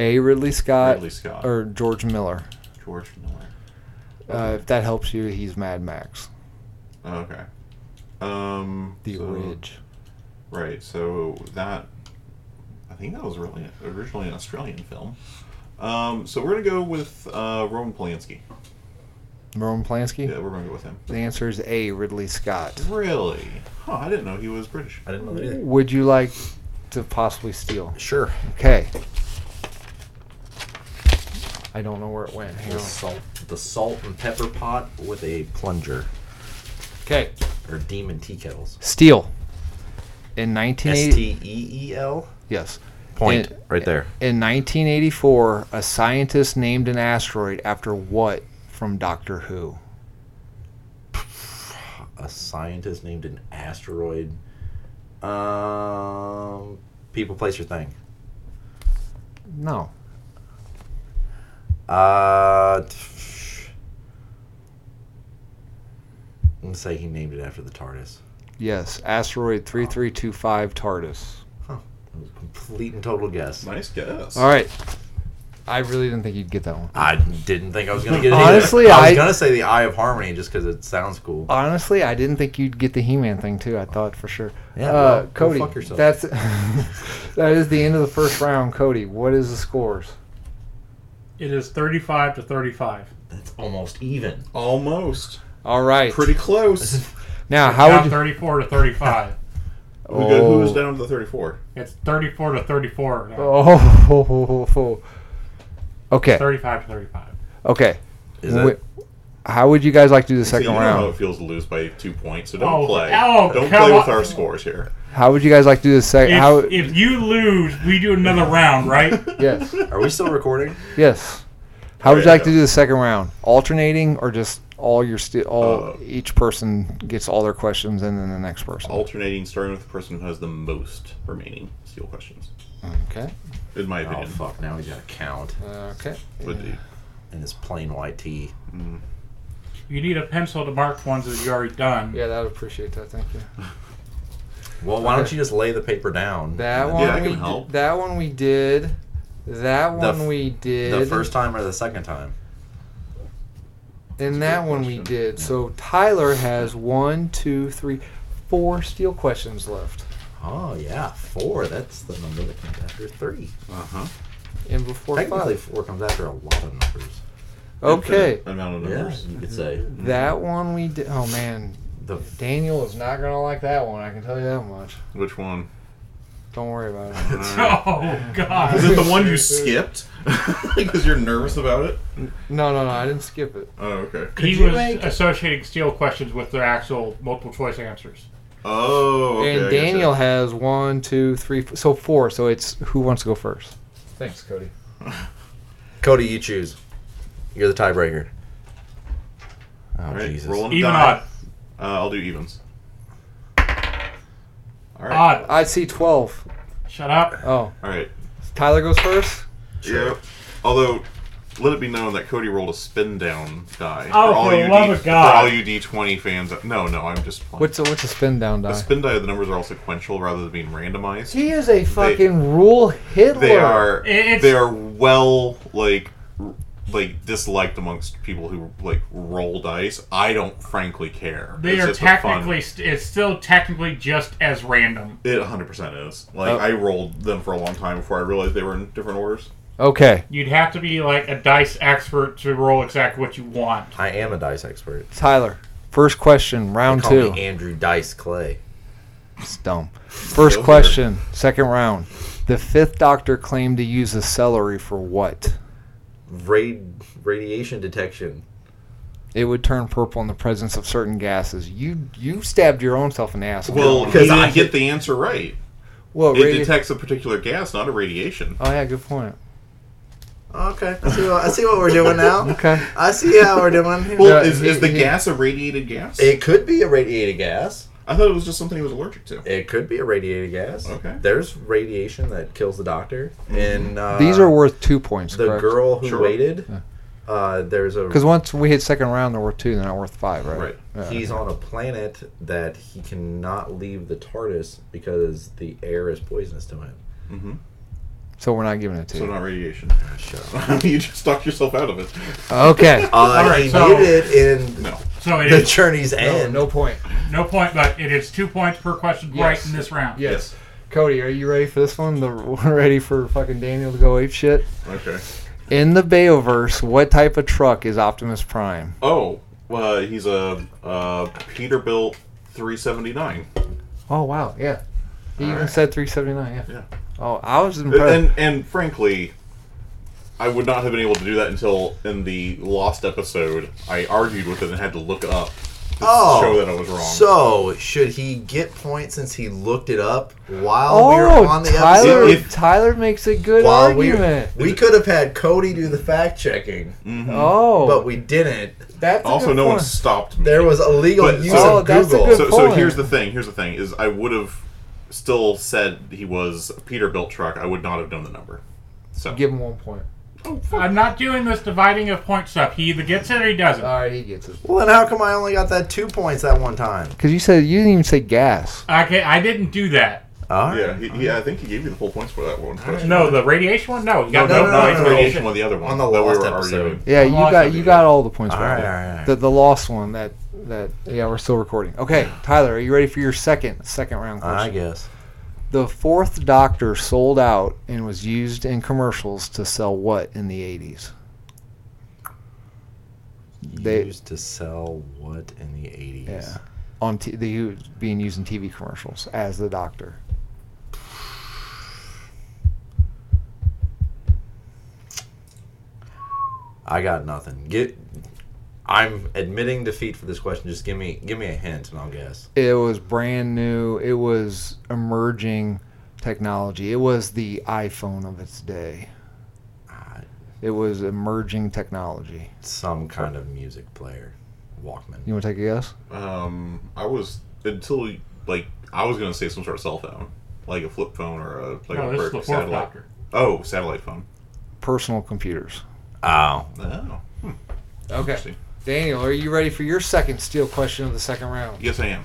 [SPEAKER 1] A. Ridley Scott
[SPEAKER 2] Ridley Scott,
[SPEAKER 1] Uh, or George Miller.
[SPEAKER 2] George Miller.
[SPEAKER 1] Uh, if that helps you, he's Mad Max.
[SPEAKER 2] Oh, okay. Um,
[SPEAKER 1] The
[SPEAKER 2] so-
[SPEAKER 1] Ridge.
[SPEAKER 2] Right. So that I think that was really originally an Australian film. Um, so we're gonna go with uh, Roman Polanski.
[SPEAKER 1] Roman Polanski.
[SPEAKER 2] Yeah, we're gonna go with him.
[SPEAKER 1] The answer is A. Ridley Scott.
[SPEAKER 2] Really? Huh? I didn't know he was British.
[SPEAKER 3] I didn't know that either.
[SPEAKER 1] Would you like to possibly steal?
[SPEAKER 3] Sure.
[SPEAKER 1] Okay. I don't know where it went. Hang
[SPEAKER 3] The
[SPEAKER 1] on.
[SPEAKER 3] salt, the salt and pepper pot with a plunger
[SPEAKER 1] Okay.
[SPEAKER 3] or demon tea kettles.
[SPEAKER 1] Steel. In 1980.
[SPEAKER 3] S T E E L.
[SPEAKER 1] Yes.
[SPEAKER 3] Point
[SPEAKER 1] In-
[SPEAKER 3] right there.
[SPEAKER 1] In 1984, a scientist named an asteroid after what from Doctor Who?
[SPEAKER 3] a scientist named an asteroid. Um, people, place your thing.
[SPEAKER 1] No.
[SPEAKER 3] Uh, t- I'm gonna say he named it after the TARDIS.
[SPEAKER 1] Yes, asteroid 3325 TARDIS.
[SPEAKER 3] It was a complete and total guess.
[SPEAKER 2] Nice guess.
[SPEAKER 1] All right. I really didn't think you'd get that one.
[SPEAKER 3] I didn't think I was gonna get it.
[SPEAKER 1] Honestly,
[SPEAKER 3] either. I was
[SPEAKER 1] I-
[SPEAKER 3] gonna say the Eye of Harmony just because it sounds cool.
[SPEAKER 1] Honestly, I didn't think you'd get the He-Man thing too. I thought for sure.
[SPEAKER 3] Yeah,
[SPEAKER 1] uh,
[SPEAKER 3] well, go
[SPEAKER 1] Cody,
[SPEAKER 3] fuck yourself.
[SPEAKER 1] that's that is the end of the first round. Cody, what is the scores?
[SPEAKER 4] It is 35 to 35.
[SPEAKER 3] That's almost even.
[SPEAKER 2] Almost.
[SPEAKER 1] All right.
[SPEAKER 2] Pretty close.
[SPEAKER 1] now,
[SPEAKER 4] It's
[SPEAKER 1] how
[SPEAKER 4] now
[SPEAKER 1] would you,
[SPEAKER 4] 34 to 35.
[SPEAKER 2] We go, who's
[SPEAKER 1] Oh.
[SPEAKER 2] down to the 34?
[SPEAKER 4] It's 34 to 34. now.
[SPEAKER 1] Oh, okay,
[SPEAKER 4] 35 to 35.
[SPEAKER 1] okay.
[SPEAKER 3] Is that
[SPEAKER 1] Wait, how would you guys like to do the
[SPEAKER 2] See,
[SPEAKER 1] second
[SPEAKER 2] you know how
[SPEAKER 1] round?
[SPEAKER 2] it feels to lose by two points, so don't
[SPEAKER 4] Oh,
[SPEAKER 2] play.
[SPEAKER 4] oh,
[SPEAKER 2] don't
[SPEAKER 4] come
[SPEAKER 2] play with
[SPEAKER 4] on.
[SPEAKER 2] our scores here.
[SPEAKER 1] How would you guys like to do the second?
[SPEAKER 4] If,
[SPEAKER 1] How?
[SPEAKER 4] if you lose, we do another round, right?
[SPEAKER 1] yes,
[SPEAKER 3] Are we still recording?
[SPEAKER 1] yes. How would you
[SPEAKER 2] Yeah.
[SPEAKER 1] like to do the second round? Alternating or just all your sti- all
[SPEAKER 2] Uh,
[SPEAKER 1] each person gets all their questions and then the next person.
[SPEAKER 2] Oh. Alternating, starting with the person who has the most remaining steel questions,
[SPEAKER 1] Okay.
[SPEAKER 2] in my
[SPEAKER 3] Oh
[SPEAKER 2] opinion.
[SPEAKER 3] fuck! Now we gotta count
[SPEAKER 1] Okay.
[SPEAKER 2] Would be.
[SPEAKER 3] in this plain white tee.
[SPEAKER 4] You need a pencil to mark ones that you already done.
[SPEAKER 1] Yeah, that would appreciate that. Thank you.
[SPEAKER 3] Well, why don't you just lay the paper down?
[SPEAKER 1] That
[SPEAKER 3] And
[SPEAKER 1] one
[SPEAKER 2] Yeah, I
[SPEAKER 1] we
[SPEAKER 2] can
[SPEAKER 1] did-
[SPEAKER 2] help.
[SPEAKER 1] that one we did. That
[SPEAKER 3] The
[SPEAKER 1] one
[SPEAKER 3] f-
[SPEAKER 1] we did.
[SPEAKER 3] The first time or the second time?
[SPEAKER 1] and
[SPEAKER 2] That's a
[SPEAKER 1] that
[SPEAKER 2] good
[SPEAKER 1] one we
[SPEAKER 2] question.
[SPEAKER 1] did. So Tyler has one, two, three, four steel questions left.
[SPEAKER 3] Oh yeah, four. That's the number that comes after three.
[SPEAKER 2] Uh-huh.
[SPEAKER 1] And before
[SPEAKER 3] Technically,
[SPEAKER 1] five.
[SPEAKER 3] four comes after a lot of numbers.
[SPEAKER 1] Okay.
[SPEAKER 2] Infinite Amount of
[SPEAKER 3] Yeah,
[SPEAKER 2] numbers.
[SPEAKER 3] you could say
[SPEAKER 1] That one we did. Oh man,
[SPEAKER 3] the
[SPEAKER 1] Daniel is not gonna like that one. I can tell you that much.
[SPEAKER 2] Which one?
[SPEAKER 1] Don't worry about it.
[SPEAKER 4] Oh, God.
[SPEAKER 2] Is it the one you skipped? Because you're nervous about it?
[SPEAKER 1] No, no, no. I didn't skip it.
[SPEAKER 2] Oh, okay.
[SPEAKER 4] He
[SPEAKER 3] you
[SPEAKER 4] was
[SPEAKER 3] make-
[SPEAKER 4] associating steel questions with their actual multiple choice answers.
[SPEAKER 2] Oh, okay. I
[SPEAKER 1] and
[SPEAKER 2] get you.
[SPEAKER 1] Daniel has one, two, three, f- so four. So it's who wants to go first? Thanks, Cody.
[SPEAKER 3] Cody, you choose. You're the tiebreaker. Oh
[SPEAKER 2] All right,
[SPEAKER 3] Jesus!
[SPEAKER 2] rolling a
[SPEAKER 4] Even
[SPEAKER 2] die.
[SPEAKER 4] odd.
[SPEAKER 2] Uh, I'll do evens. All right.
[SPEAKER 4] Odd.
[SPEAKER 1] I see twelve.
[SPEAKER 2] Uh,
[SPEAKER 4] Shut up.
[SPEAKER 1] Oh,
[SPEAKER 2] All right.
[SPEAKER 1] Tyler goes first.
[SPEAKER 3] Sure.
[SPEAKER 2] Yeah. Although, let it be known that Cody rolled a spin down die.
[SPEAKER 4] Oh, for the
[SPEAKER 2] you
[SPEAKER 4] love
[SPEAKER 2] D-
[SPEAKER 4] of God.
[SPEAKER 2] For all you D20 fans. out- No, no, I'm just playing.
[SPEAKER 1] What's a, what's a spin down
[SPEAKER 2] the
[SPEAKER 1] die?
[SPEAKER 2] spin die, the numbers are all sequential rather than being randomized.
[SPEAKER 1] he is a fucking rule Hitler.
[SPEAKER 2] they are
[SPEAKER 4] It's-
[SPEAKER 2] they are well like r- like disliked amongst people who like roll dice. I don't frankly care.
[SPEAKER 4] They
[SPEAKER 2] It's
[SPEAKER 4] are
[SPEAKER 2] just a fun-
[SPEAKER 4] technically, st- it's still technically just as random.
[SPEAKER 2] It 100% is. Like,
[SPEAKER 1] Oh.
[SPEAKER 2] I rolled them for a long time before I realized they were in different orders.
[SPEAKER 1] Okay,
[SPEAKER 4] You'd have to be like a dice expert to roll exactly what you want.
[SPEAKER 3] I am a dice expert.
[SPEAKER 1] Tyler. First question,
[SPEAKER 3] They
[SPEAKER 1] round
[SPEAKER 3] call
[SPEAKER 1] two.
[SPEAKER 3] me Andrew Dice Clay.
[SPEAKER 1] It's dumb. First
[SPEAKER 2] Go
[SPEAKER 1] question, second round. The fifth doctor claimed to use the celery for what?
[SPEAKER 3] Raid radiation detection.
[SPEAKER 1] It would turn purple in the presence of certain gases. You you stabbed your own self in the ass.
[SPEAKER 2] Well,
[SPEAKER 3] because
[SPEAKER 2] because I
[SPEAKER 3] I-
[SPEAKER 2] get the answer right.
[SPEAKER 1] well,
[SPEAKER 2] It
[SPEAKER 1] radi-
[SPEAKER 2] detects a particular gas, not a radiation.
[SPEAKER 1] oh yeah, good point.
[SPEAKER 3] Okay, I see. What, I see what we're doing now.
[SPEAKER 1] Okay.
[SPEAKER 3] I see how we're doing. Here.
[SPEAKER 2] Well,
[SPEAKER 1] Yeah,
[SPEAKER 2] is, is the
[SPEAKER 1] he- he-
[SPEAKER 2] gas a radiated gas?
[SPEAKER 3] It could be a radiated gas.
[SPEAKER 2] I thought it was just something he was allergic to.
[SPEAKER 3] It could be a radiated gas.
[SPEAKER 2] Okay.
[SPEAKER 3] There's radiation that kills the doctor. And uh,
[SPEAKER 1] These are worth two points.
[SPEAKER 3] the girl who
[SPEAKER 2] Sure.
[SPEAKER 3] waited. Uh, there's a
[SPEAKER 1] Because once we hit second round, they're worth two. They're not worth five, right?
[SPEAKER 2] Right.
[SPEAKER 1] Yeah.
[SPEAKER 3] He's on a planet that he cannot leave the TARDIS because the air is poisonous to him.
[SPEAKER 1] So we're not giving it to
[SPEAKER 2] So
[SPEAKER 1] you.
[SPEAKER 2] not radiation.
[SPEAKER 3] Shut up.
[SPEAKER 2] you just talked yourself out of it.
[SPEAKER 1] Okay.
[SPEAKER 3] Uh,
[SPEAKER 4] All right,
[SPEAKER 3] he
[SPEAKER 4] so-
[SPEAKER 3] needed it in
[SPEAKER 2] No.
[SPEAKER 4] So it
[SPEAKER 3] the
[SPEAKER 4] is
[SPEAKER 3] journey's
[SPEAKER 1] no,
[SPEAKER 3] end.
[SPEAKER 1] no point.
[SPEAKER 4] no point, but it is two points per question right
[SPEAKER 1] Yes.
[SPEAKER 4] in this round.
[SPEAKER 1] Yes. Cody, are you ready for this one? The, we're ready for fucking Daniel to go ape shit.
[SPEAKER 2] Okay.
[SPEAKER 1] In the Bayoverse, what type of truck is Optimus Prime?
[SPEAKER 2] Oh, uh, he's a uh, Peterbilt 379.
[SPEAKER 1] Oh wow, yeah. He even
[SPEAKER 2] Alright.
[SPEAKER 1] said 379. Yeah.
[SPEAKER 2] Yeah.
[SPEAKER 1] Oh, I was impressed.
[SPEAKER 2] And and frankly, I would not have been able to do that until in the lost episode I argued with it and had to look it up to
[SPEAKER 3] Oh,
[SPEAKER 2] show that I was wrong.
[SPEAKER 3] So should he get points since he looked it up while we
[SPEAKER 1] oh,
[SPEAKER 3] were on the
[SPEAKER 1] Tyler!
[SPEAKER 3] episode?
[SPEAKER 2] If-
[SPEAKER 1] Tyler makes a good
[SPEAKER 3] While we,
[SPEAKER 1] argument.
[SPEAKER 3] we could have had Cody do the fact checking,
[SPEAKER 1] oh,
[SPEAKER 3] but we didn't.
[SPEAKER 1] that's a
[SPEAKER 2] also,
[SPEAKER 1] good
[SPEAKER 2] no one
[SPEAKER 1] point.
[SPEAKER 2] stopped me.
[SPEAKER 3] There was illegal
[SPEAKER 2] But-
[SPEAKER 3] use
[SPEAKER 2] Oh,
[SPEAKER 3] of
[SPEAKER 1] that's a
[SPEAKER 3] Google.
[SPEAKER 1] good
[SPEAKER 2] so, so
[SPEAKER 1] point.
[SPEAKER 2] here's the thing. Here's the thing: is I would have still said he was a Peterbilt truck. I would not have known the number. So
[SPEAKER 1] Give him one point.
[SPEAKER 4] I'm not doing this dividing of points stuff. He either gets it or he doesn't.
[SPEAKER 1] All right, he gets it.
[SPEAKER 3] well, then how come I only got that two points that one time?
[SPEAKER 1] Because you said you didn't even say gas.
[SPEAKER 4] Okay, I didn't do that.
[SPEAKER 5] All right.
[SPEAKER 2] Yeah, he, he, I think he gave you the full points for that one. question.
[SPEAKER 4] No, the radiation one. No, you got
[SPEAKER 3] No, no,
[SPEAKER 4] no,
[SPEAKER 2] no,
[SPEAKER 3] no,
[SPEAKER 2] it's
[SPEAKER 3] no,
[SPEAKER 2] radiation one, the other one
[SPEAKER 3] On the
[SPEAKER 2] that we
[SPEAKER 3] last
[SPEAKER 2] were
[SPEAKER 3] episode.
[SPEAKER 2] arguing.
[SPEAKER 1] Yeah, you
[SPEAKER 4] lost
[SPEAKER 1] got
[SPEAKER 4] it,
[SPEAKER 1] you
[SPEAKER 4] dude.
[SPEAKER 1] got all the points.
[SPEAKER 5] All
[SPEAKER 1] right,
[SPEAKER 5] right, all right, all
[SPEAKER 1] The the lost one that that yeah we're still recording. Okay, Tyler, are you ready for your second second round
[SPEAKER 5] I
[SPEAKER 1] question?
[SPEAKER 5] guess.
[SPEAKER 1] The Fourth Doctor sold out and was used in commercials to sell what in the eighties? They-
[SPEAKER 5] used to sell what in the 80s?
[SPEAKER 1] Yeah, on t- they u- being used in TV commercials as the Doctor.
[SPEAKER 3] I got nothing. Get. I'm admitting defeat for this question. Just give me give me a hint and I'll guess.
[SPEAKER 1] It was brand new. It was emerging technology. It was the iPhone of its day.
[SPEAKER 3] Ah,
[SPEAKER 1] It was emerging technology.
[SPEAKER 3] some kind of music player, Walkman.
[SPEAKER 1] You want to take a guess?
[SPEAKER 2] Um, I was until like I was gonna say some sort of cell phone, like a flip phone or a like
[SPEAKER 4] no,
[SPEAKER 2] a
[SPEAKER 4] this is
[SPEAKER 2] bird-
[SPEAKER 4] the fourth
[SPEAKER 2] satellite.
[SPEAKER 4] doctor.
[SPEAKER 2] Oh, satellite phone.
[SPEAKER 1] Personal computers.
[SPEAKER 3] Oh,
[SPEAKER 2] Oh,
[SPEAKER 1] Okay.
[SPEAKER 2] interesting.
[SPEAKER 1] Daniel, are you ready for your second steel question of the second round?
[SPEAKER 2] Yes, I am.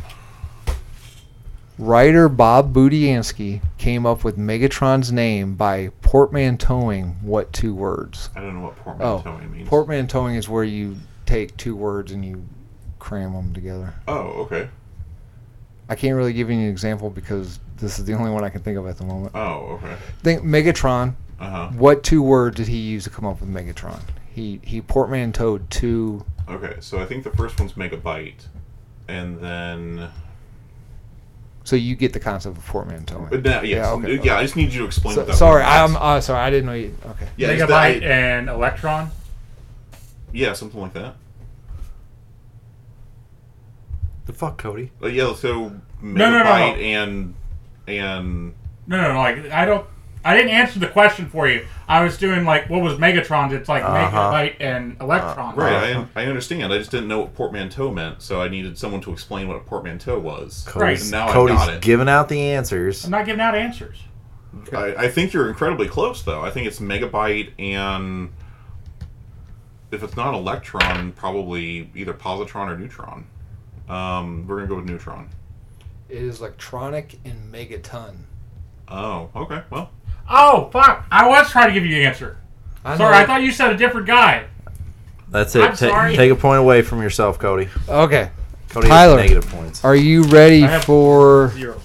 [SPEAKER 1] Writer Bob Budiansky came up with Megatron's name by portmanteauing what two words?
[SPEAKER 2] I don't know what
[SPEAKER 1] Oh,
[SPEAKER 2] portmanteau means.
[SPEAKER 1] portmanteauing is where you take two words and you cram them together.
[SPEAKER 2] oh, okay.
[SPEAKER 1] I can't really give you an example because this is the only one I can think of at the moment.
[SPEAKER 2] Oh, okay.
[SPEAKER 1] Think Megatron.
[SPEAKER 2] Uh
[SPEAKER 1] What two words did he use to come up with Megatron? He he portmanteaued two.
[SPEAKER 2] huh. Okay, so I think the first one's megabyte, and then
[SPEAKER 1] So you get the concept of portmanteauing.
[SPEAKER 2] but now, Uh, yes,
[SPEAKER 1] Yeah,
[SPEAKER 2] yeah,
[SPEAKER 1] okay.
[SPEAKER 2] I just need you to explain.
[SPEAKER 1] So-
[SPEAKER 2] what that
[SPEAKER 1] sorry,
[SPEAKER 2] word
[SPEAKER 1] I'm
[SPEAKER 2] means.
[SPEAKER 1] uh, sorry. I didn't know you. Okay.
[SPEAKER 2] Yeah, is
[SPEAKER 4] Megabyte
[SPEAKER 2] that-
[SPEAKER 4] and electron.
[SPEAKER 2] yeah, something like that.
[SPEAKER 5] The fuck, Cody?
[SPEAKER 2] Uh, yeah, so megabyte
[SPEAKER 4] no, no.
[SPEAKER 2] and and
[SPEAKER 4] No, no, no, like I don't. I didn't answer the question for you. I was doing like what was Megatron's? It's like
[SPEAKER 5] Uh-huh.
[SPEAKER 4] megabyte and electron.
[SPEAKER 2] right. I, I understand. I just didn't know what portmanteau meant, so I needed someone to explain what a portmanteau was.
[SPEAKER 5] Cody's,
[SPEAKER 2] Now I
[SPEAKER 5] Cody's
[SPEAKER 2] got it.
[SPEAKER 5] giving out the answers.
[SPEAKER 4] I'm not giving out answers.
[SPEAKER 2] I, I think you're incredibly close, though. I think it's megabyte and if it's not electron, probably either positron or neutron. Um, we're gonna go with neutron.
[SPEAKER 1] It is electronic and megaton.
[SPEAKER 2] Oh, okay. Well,
[SPEAKER 4] Oh fuck! I was trying to give you the answer.
[SPEAKER 1] I
[SPEAKER 4] Sorry, I thought you said a different guy.
[SPEAKER 5] That's it.
[SPEAKER 4] I'm
[SPEAKER 5] Ta-
[SPEAKER 4] sorry.
[SPEAKER 5] Take a point away from yourself, Cody.
[SPEAKER 1] Okay.
[SPEAKER 5] Cody
[SPEAKER 1] Tyler.
[SPEAKER 5] has negative points.
[SPEAKER 1] Are you ready
[SPEAKER 4] I have-
[SPEAKER 1] for?
[SPEAKER 4] Zero.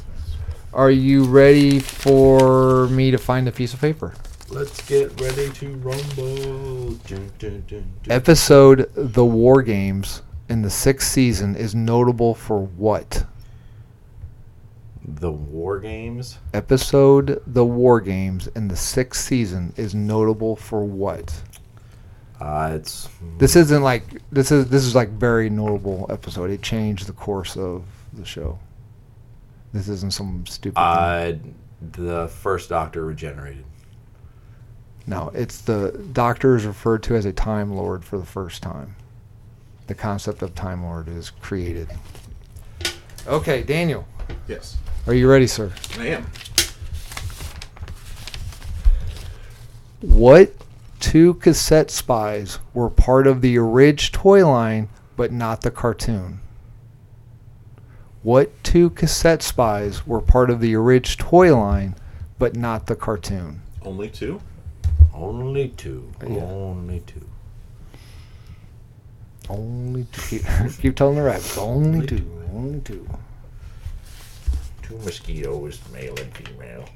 [SPEAKER 1] Are you ready for me to find a piece of paper?
[SPEAKER 3] let's get ready to rumble. Dun, dun, dun, dun.
[SPEAKER 1] Episode "The War Games" in the sixth season is notable for what?
[SPEAKER 5] The War Games.
[SPEAKER 1] Episode "The War Games" in the sixth season is notable for what?
[SPEAKER 3] Ah,
[SPEAKER 5] Uh, it's
[SPEAKER 1] This isn't like this is this is like very notable episode. It changed the course of the show. This isn't some stupid. thing.
[SPEAKER 5] uh, the first Doctor regenerated.
[SPEAKER 1] No, it's the Doctor is referred to as a Time Lord for the first time. The concept of Time Lord is created. Okay, Daniel,
[SPEAKER 2] yes,
[SPEAKER 1] are you ready, sir?
[SPEAKER 2] I am.
[SPEAKER 1] What two cassette spies were part of the Ridge toy line but not the cartoon? What two cassette spies were part of the Ridge toy line but not the cartoon?
[SPEAKER 2] Only two.
[SPEAKER 5] Only two.
[SPEAKER 1] Yeah.
[SPEAKER 5] Only two.
[SPEAKER 1] Only two. Keep, keep telling the rabbits. Only two. Only two.
[SPEAKER 3] Two mosquitoes, male and female.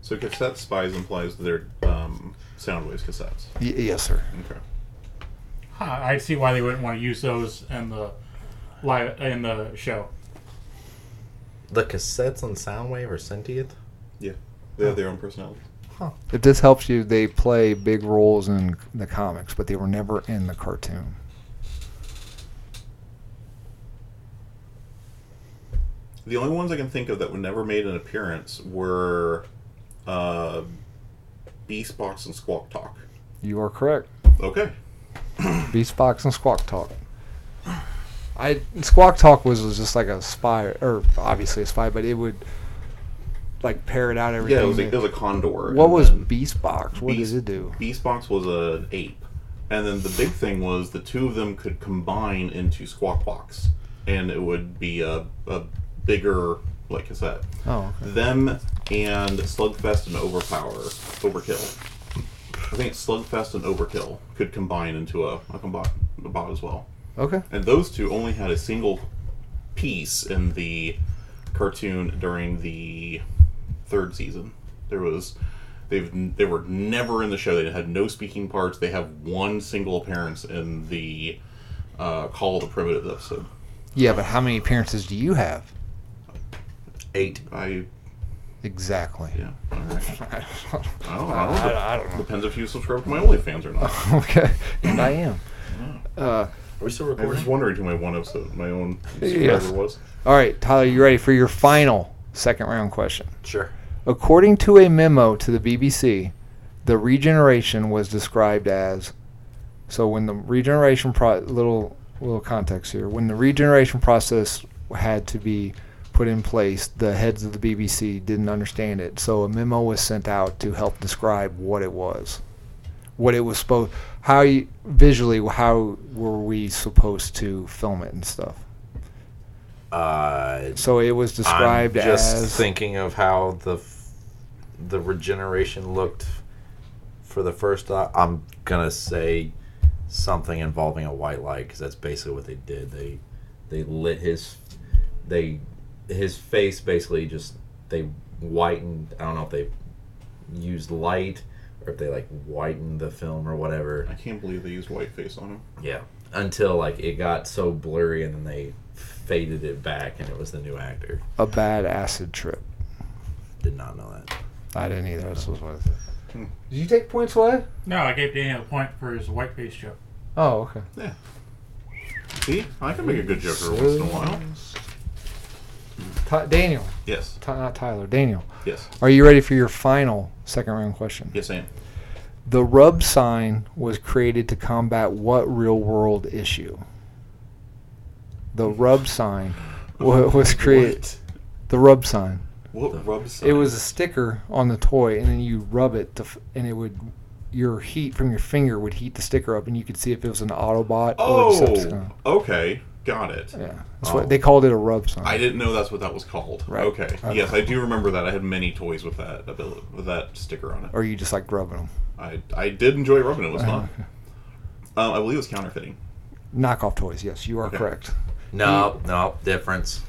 [SPEAKER 2] So cassette spies implies they're um, sound waves cassettes.
[SPEAKER 1] Y- yes, sir.
[SPEAKER 2] Okay.
[SPEAKER 4] Huh, I see why they wouldn't want to use those in the live in the show.
[SPEAKER 3] The cassettes on Soundwave are sentient.
[SPEAKER 2] They have their own personality.
[SPEAKER 1] If this helps you, they play big roles in the comics, but they were never in the cartoon.
[SPEAKER 2] The only ones I can think of that were never made an appearance were uh, Beast Box and Squawk Talk.
[SPEAKER 1] You are correct.
[SPEAKER 2] Okay.
[SPEAKER 1] Beastbox and Squawk Talk. I Squawk Talk was, was just like a spy, or obviously a spy, but it would like parrot out everything.
[SPEAKER 2] Yeah, it was, a,
[SPEAKER 1] that-
[SPEAKER 2] it was a condor.
[SPEAKER 1] what
[SPEAKER 2] and
[SPEAKER 1] was
[SPEAKER 2] then
[SPEAKER 1] Beastbox? What
[SPEAKER 2] Beast-
[SPEAKER 1] did it do?
[SPEAKER 2] Beast Box was an ape, and then the big thing was the two of them could combine into Squawk Box, and it would be a, a bigger like cassette.
[SPEAKER 1] Oh, okay.
[SPEAKER 2] Them and Slugfest and Overpower, Overkill. I think Slugfest and Overkill could combine into a, a, combo- a bot as well.
[SPEAKER 1] Okay.
[SPEAKER 2] And those two only had a single piece in the cartoon during the third season. There was they've they were never in the show. They had no speaking parts. They have one single appearance in the uh, Call of the Primitive episode.
[SPEAKER 1] Yeah, but how many appearances do you have?
[SPEAKER 3] Eight.
[SPEAKER 2] I
[SPEAKER 1] Exactly.
[SPEAKER 2] yeah. All right. I don't know.
[SPEAKER 1] I- I don't know.
[SPEAKER 2] Depends if you subscribe to my OnlyFans or not.
[SPEAKER 1] okay. And I am. Uh,
[SPEAKER 3] Are we still
[SPEAKER 2] I was just wondering who my one episode, my own subscriber
[SPEAKER 1] Yes.
[SPEAKER 2] was.
[SPEAKER 1] all right, Tyler, you ready for your final second round question?
[SPEAKER 5] Sure.
[SPEAKER 1] According to a memo to the BBC, the regeneration was described as so when the regeneration pro- little little context here when the regeneration process had to be put in place the heads of the BBC didn't understand it so a memo was sent out to help describe what it was what it was supposed how you, visually how were we supposed to film it and stuff
[SPEAKER 5] Uh,
[SPEAKER 1] so it was described
[SPEAKER 5] I'm just
[SPEAKER 1] as
[SPEAKER 5] thinking of how the f- the regeneration looked for the first. o- I'm gonna say something involving a white light because that's basically what they did. They they lit his they his face basically just they whitened. I don't know if they used light or if they like whitened the film or whatever.
[SPEAKER 2] I can't believe they used whiteface on him.
[SPEAKER 3] Yeah. Until like it got so blurry and then they faded it back and it was the new actor.
[SPEAKER 1] a bad acid trip
[SPEAKER 5] Did not know that.
[SPEAKER 1] I didn't either. This was what. Did you take points away?
[SPEAKER 4] No, I gave Daniel a point for his white face joke.
[SPEAKER 1] Oh, okay.
[SPEAKER 2] See, I can make a good joker once in a while.
[SPEAKER 1] Ty- Daniel,
[SPEAKER 2] Yes,
[SPEAKER 1] Ty- not Tyler. Daniel,
[SPEAKER 2] yes,
[SPEAKER 1] are you ready for your final second round question?
[SPEAKER 2] yes, I am.
[SPEAKER 1] The rub sign was created to combat what real world issue? The rub sign wa- was created. The rub sign.
[SPEAKER 2] What, what rub
[SPEAKER 1] It
[SPEAKER 2] sign?
[SPEAKER 1] was a sticker on the toy, and then you rub it, to f- and it would. Your heat from your finger would heat the sticker up, and you could see if it was an Autobot or a
[SPEAKER 2] Oh,
[SPEAKER 1] Decepticon.
[SPEAKER 2] okay, got it.
[SPEAKER 1] Yeah, that's what they called it. A rub sign.
[SPEAKER 2] I didn't know that's what that was called.
[SPEAKER 1] Right.
[SPEAKER 2] Okay.
[SPEAKER 1] Okay.
[SPEAKER 2] Yes, I do remember that. I had many toys with that ability, with that sticker on it.
[SPEAKER 1] or you just like rubbing them.
[SPEAKER 2] I I did enjoy rubbing it. It was fun. Um, I believe it was counterfeiting.
[SPEAKER 1] Knockoff toys. Yes, you are correct.
[SPEAKER 3] No, no, difference.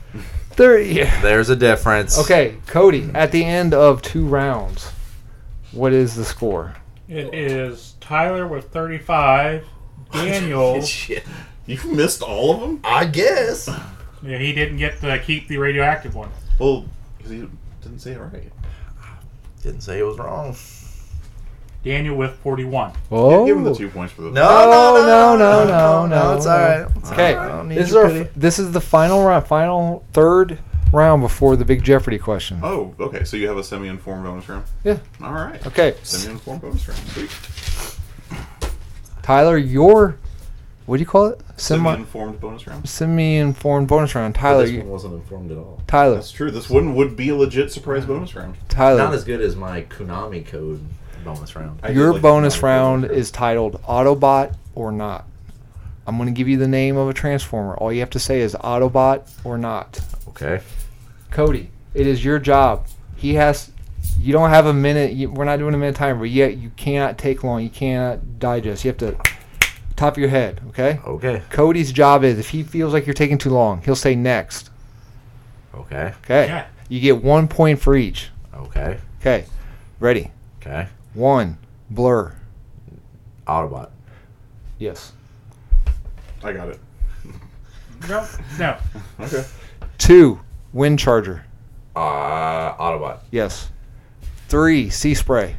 [SPEAKER 1] There. Yeah.
[SPEAKER 3] There's a difference.
[SPEAKER 1] Okay, Cody. At the end of two rounds, what is the score?
[SPEAKER 4] It is Tyler with 35. Daniel,
[SPEAKER 3] Shit.
[SPEAKER 2] You missed all of them.
[SPEAKER 3] I guess.
[SPEAKER 4] yeah, he didn't get to keep the radioactive one.
[SPEAKER 2] Well, because you didn't say it right.
[SPEAKER 3] Didn't say it was wrong.
[SPEAKER 4] Daniel with 41.
[SPEAKER 1] Oh.
[SPEAKER 2] Give him the two points for the.
[SPEAKER 1] Oh, no, no, no, no,
[SPEAKER 3] It's
[SPEAKER 1] no.
[SPEAKER 3] all right. It's
[SPEAKER 1] Okay.
[SPEAKER 3] all right. I don't need
[SPEAKER 1] This is
[SPEAKER 3] your
[SPEAKER 1] our.
[SPEAKER 3] pity.
[SPEAKER 1] This is the final round. Final third round before the big Jeopardy question.
[SPEAKER 2] Oh, okay. So you have a semi-informed bonus round.
[SPEAKER 1] Yeah.
[SPEAKER 2] All right.
[SPEAKER 1] Okay.
[SPEAKER 2] Semi-informed bonus round. Sweet.
[SPEAKER 1] Tyler, your. What do you call it? Semi.
[SPEAKER 2] Semi-informed bonus round.
[SPEAKER 1] Semi-informed bonus round.
[SPEAKER 3] But
[SPEAKER 1] Tyler.
[SPEAKER 3] this
[SPEAKER 1] you-
[SPEAKER 3] one wasn't informed at all.
[SPEAKER 1] Tyler.
[SPEAKER 2] That's true. This one would be a legit surprise bonus round.
[SPEAKER 1] Tyler.
[SPEAKER 3] Not as good as my Konami code bonus round.
[SPEAKER 2] I did
[SPEAKER 1] Your
[SPEAKER 2] like the
[SPEAKER 1] bonus
[SPEAKER 2] Konami
[SPEAKER 1] round
[SPEAKER 2] bonus
[SPEAKER 1] is titled Autobot or Not. I'm going to give you the name of a Transformer. All you have to say is Autobot or Not.
[SPEAKER 5] Okay.
[SPEAKER 1] Cody, it is your job. He has. You don't have a minute. You, we're not doing a minute timer, but yet you cannot take long. You cannot digest. You have to top of your head. Okay.
[SPEAKER 5] Okay.
[SPEAKER 1] Cody's job is if he feels like you're taking too long, he'll say next.
[SPEAKER 5] Okay.
[SPEAKER 1] Okay.
[SPEAKER 4] Yeah.
[SPEAKER 1] You get one point for each.
[SPEAKER 5] Okay.
[SPEAKER 1] Okay. Ready.
[SPEAKER 5] Okay.
[SPEAKER 1] One. Blur.
[SPEAKER 5] Autobot.
[SPEAKER 1] Yes.
[SPEAKER 2] I got it.
[SPEAKER 4] No, no.
[SPEAKER 2] Okay.
[SPEAKER 1] Two. Wind Charger.
[SPEAKER 5] Uh, Autobot.
[SPEAKER 1] Yes. Three, sea spray.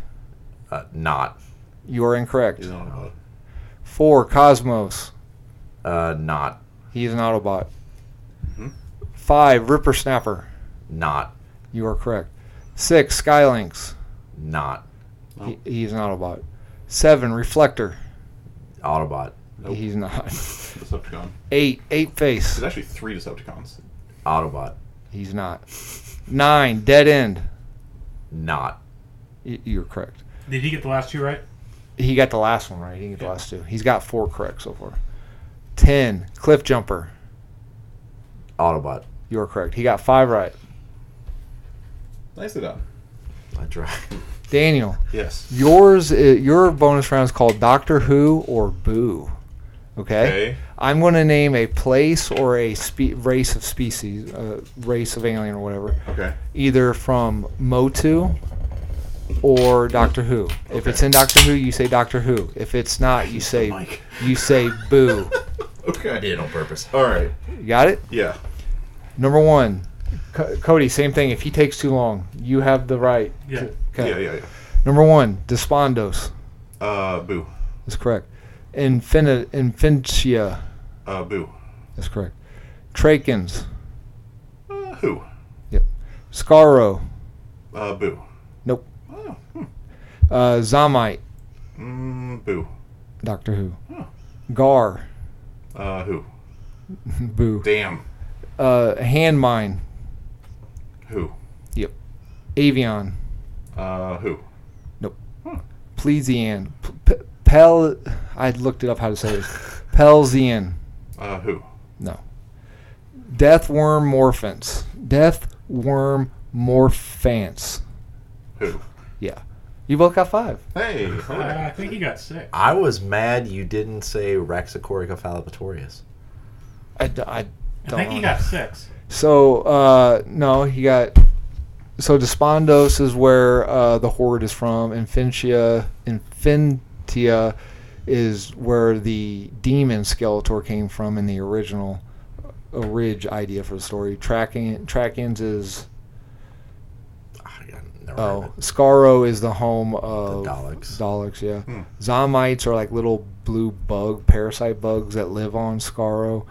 [SPEAKER 5] Uh, not.
[SPEAKER 1] You are incorrect.
[SPEAKER 2] He's on about it.
[SPEAKER 1] Four, Cosmos.
[SPEAKER 5] Uh, not.
[SPEAKER 1] He is an Autobot. Five, Ripper Snapper.
[SPEAKER 5] Not.
[SPEAKER 1] You are correct. Six, Skylinks.
[SPEAKER 5] Not.
[SPEAKER 1] He, he is an Autobot. Seven, Reflector.
[SPEAKER 5] Autobot.
[SPEAKER 1] He's not.
[SPEAKER 2] Decepticon.
[SPEAKER 1] Eight, Eight Face.
[SPEAKER 2] There's actually three Decepticons.
[SPEAKER 5] Autobot.
[SPEAKER 1] He's not. Nine, Dead End.
[SPEAKER 5] Not.
[SPEAKER 1] Y- You're correct.
[SPEAKER 4] Did he get the last two right?
[SPEAKER 1] He got the last one right. He didn't get the last two. He's got four correct so far. Ten, Cliff Jumper.
[SPEAKER 5] Autobot.
[SPEAKER 1] You are correct. He got five right.
[SPEAKER 2] Nicely done.
[SPEAKER 5] I try.
[SPEAKER 1] Daniel,
[SPEAKER 2] Yes.
[SPEAKER 1] yours, i- your bonus round is called Doctor Who or Boo. Okay.
[SPEAKER 2] Okay.
[SPEAKER 1] I'm going to name a place or a spe- race of species, uh, race of alien or whatever,
[SPEAKER 2] Okay.
[SPEAKER 1] either from Motu or Doctor Who. If
[SPEAKER 2] Okay.
[SPEAKER 1] it's in Doctor Who, you say Doctor Who. If it's not, you say
[SPEAKER 3] Mike.
[SPEAKER 1] you say Boo.
[SPEAKER 3] I
[SPEAKER 2] Okay.
[SPEAKER 3] did it on purpose.
[SPEAKER 2] All right.
[SPEAKER 1] You got it.
[SPEAKER 2] Yeah.
[SPEAKER 1] Number one, Co- Cody. Same thing. If he takes too long, you have the right.
[SPEAKER 4] Yeah.
[SPEAKER 1] Okay.
[SPEAKER 2] Yeah. Yeah.
[SPEAKER 1] Number one, Despondos
[SPEAKER 2] Yeah. Uh, boo.
[SPEAKER 1] is correct. Infin- Infintia
[SPEAKER 2] Uh, boo.
[SPEAKER 1] is correct. Trakens,
[SPEAKER 2] Uh, who?
[SPEAKER 1] Scaro,
[SPEAKER 2] Uh, boo.
[SPEAKER 1] Nope.
[SPEAKER 2] Oh.
[SPEAKER 1] uh, Zomite,
[SPEAKER 2] Mm, boo.
[SPEAKER 1] Doctor Who,
[SPEAKER 2] Huh.
[SPEAKER 1] Gar,
[SPEAKER 2] Uh, who?
[SPEAKER 1] Boo,
[SPEAKER 2] Damn.
[SPEAKER 1] uh, Handmine,
[SPEAKER 2] Who?
[SPEAKER 1] Avion,
[SPEAKER 2] Uh, who?
[SPEAKER 1] Plesian, P- P- Pel. I looked it up how to say this. Pelzian,
[SPEAKER 2] Uh, who?
[SPEAKER 1] Death Worm Morphants, Death Worm Morphants.
[SPEAKER 2] Who?
[SPEAKER 1] You both got five.
[SPEAKER 2] Hey. all
[SPEAKER 4] I, Uh, I
[SPEAKER 2] right.
[SPEAKER 4] think he got sick.
[SPEAKER 5] I was mad you didn't say Raxacorica phalabatorius.
[SPEAKER 1] I, d- I
[SPEAKER 4] I
[SPEAKER 1] don't
[SPEAKER 4] think he
[SPEAKER 1] know.
[SPEAKER 4] got six.
[SPEAKER 1] So uh, no, he got. So Despondos is where uh, the horde is from. Infintia, Infintia, is where the demon Skeletor came from in the original, orig idea for the story. Tracking Trackins is
[SPEAKER 5] I Ah, never heard
[SPEAKER 1] oh
[SPEAKER 5] of
[SPEAKER 1] Scaro is the home of
[SPEAKER 5] Daleks.
[SPEAKER 1] Daleks, yeah.
[SPEAKER 2] Hmm.
[SPEAKER 1] Zomites are like little blue bug parasite bugs that live on Scaro.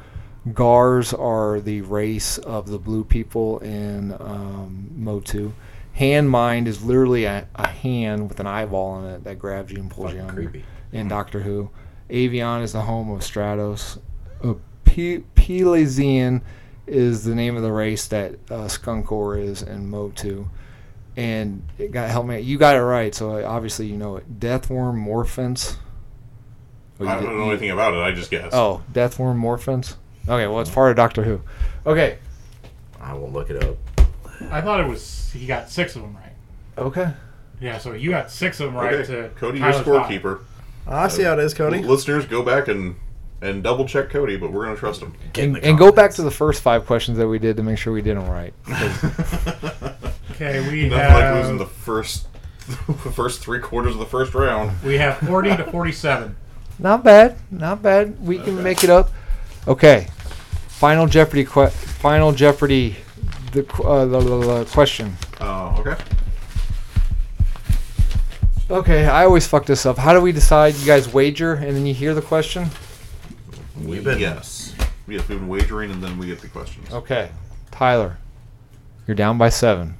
[SPEAKER 1] Gars are the race of the blue people in um, Motu. Hand mind is literally a, a hand with an eyeball in it that grabs you and
[SPEAKER 5] it.
[SPEAKER 1] pulls you
[SPEAKER 5] Fucking
[SPEAKER 1] under.
[SPEAKER 5] creepy.
[SPEAKER 1] In Doctor Who, Avion is the home of Stratos. Uh, Pe- Pelasian is the name of the race that uh, Skunkor is in Motu. And it got help me. You got it right, so I- obviously you know it. Deathworm Morphins. Oh, you
[SPEAKER 2] I
[SPEAKER 1] did-
[SPEAKER 2] don't
[SPEAKER 1] you-
[SPEAKER 2] know anything about it. I just guessed.
[SPEAKER 1] Oh, Deathworm Morphins. Okay, well it's part of Doctor Who. Okay.
[SPEAKER 5] I will look it up.
[SPEAKER 4] I thought it was he got six of them right.
[SPEAKER 1] Okay.
[SPEAKER 4] Yeah, so you got six of them right.
[SPEAKER 2] Okay.
[SPEAKER 4] To
[SPEAKER 2] Cody, your
[SPEAKER 4] Tyler's five.
[SPEAKER 2] scorekeeper.
[SPEAKER 5] Ah, I see how it is, Cody.
[SPEAKER 2] Listeners, go back and and double check Cody, but we're gonna trust him.
[SPEAKER 5] Get in
[SPEAKER 1] And,
[SPEAKER 5] the
[SPEAKER 1] and go back
[SPEAKER 5] comments.
[SPEAKER 1] to the first five questions that we did to make sure we did them right.
[SPEAKER 4] Okay, we
[SPEAKER 2] Nothing
[SPEAKER 4] have
[SPEAKER 2] like losing the first the first three quarters of the first round.
[SPEAKER 4] we have forty to forty-seven.
[SPEAKER 1] Not bad, not bad. We can
[SPEAKER 2] Okay.
[SPEAKER 1] make it up. Okay, final Jeopardy. Que- final Jeopardy. The, qu- uh, the, the, the question.
[SPEAKER 2] Uh,
[SPEAKER 1] Oh,
[SPEAKER 2] okay.
[SPEAKER 1] Okay, I always fuck this up. How do we decide? You guys wager, and then you hear the question.
[SPEAKER 5] We've been
[SPEAKER 2] yes. Yes, we've been wagering, and then we get the questions.
[SPEAKER 1] Okay, Tyler, you're down by seven.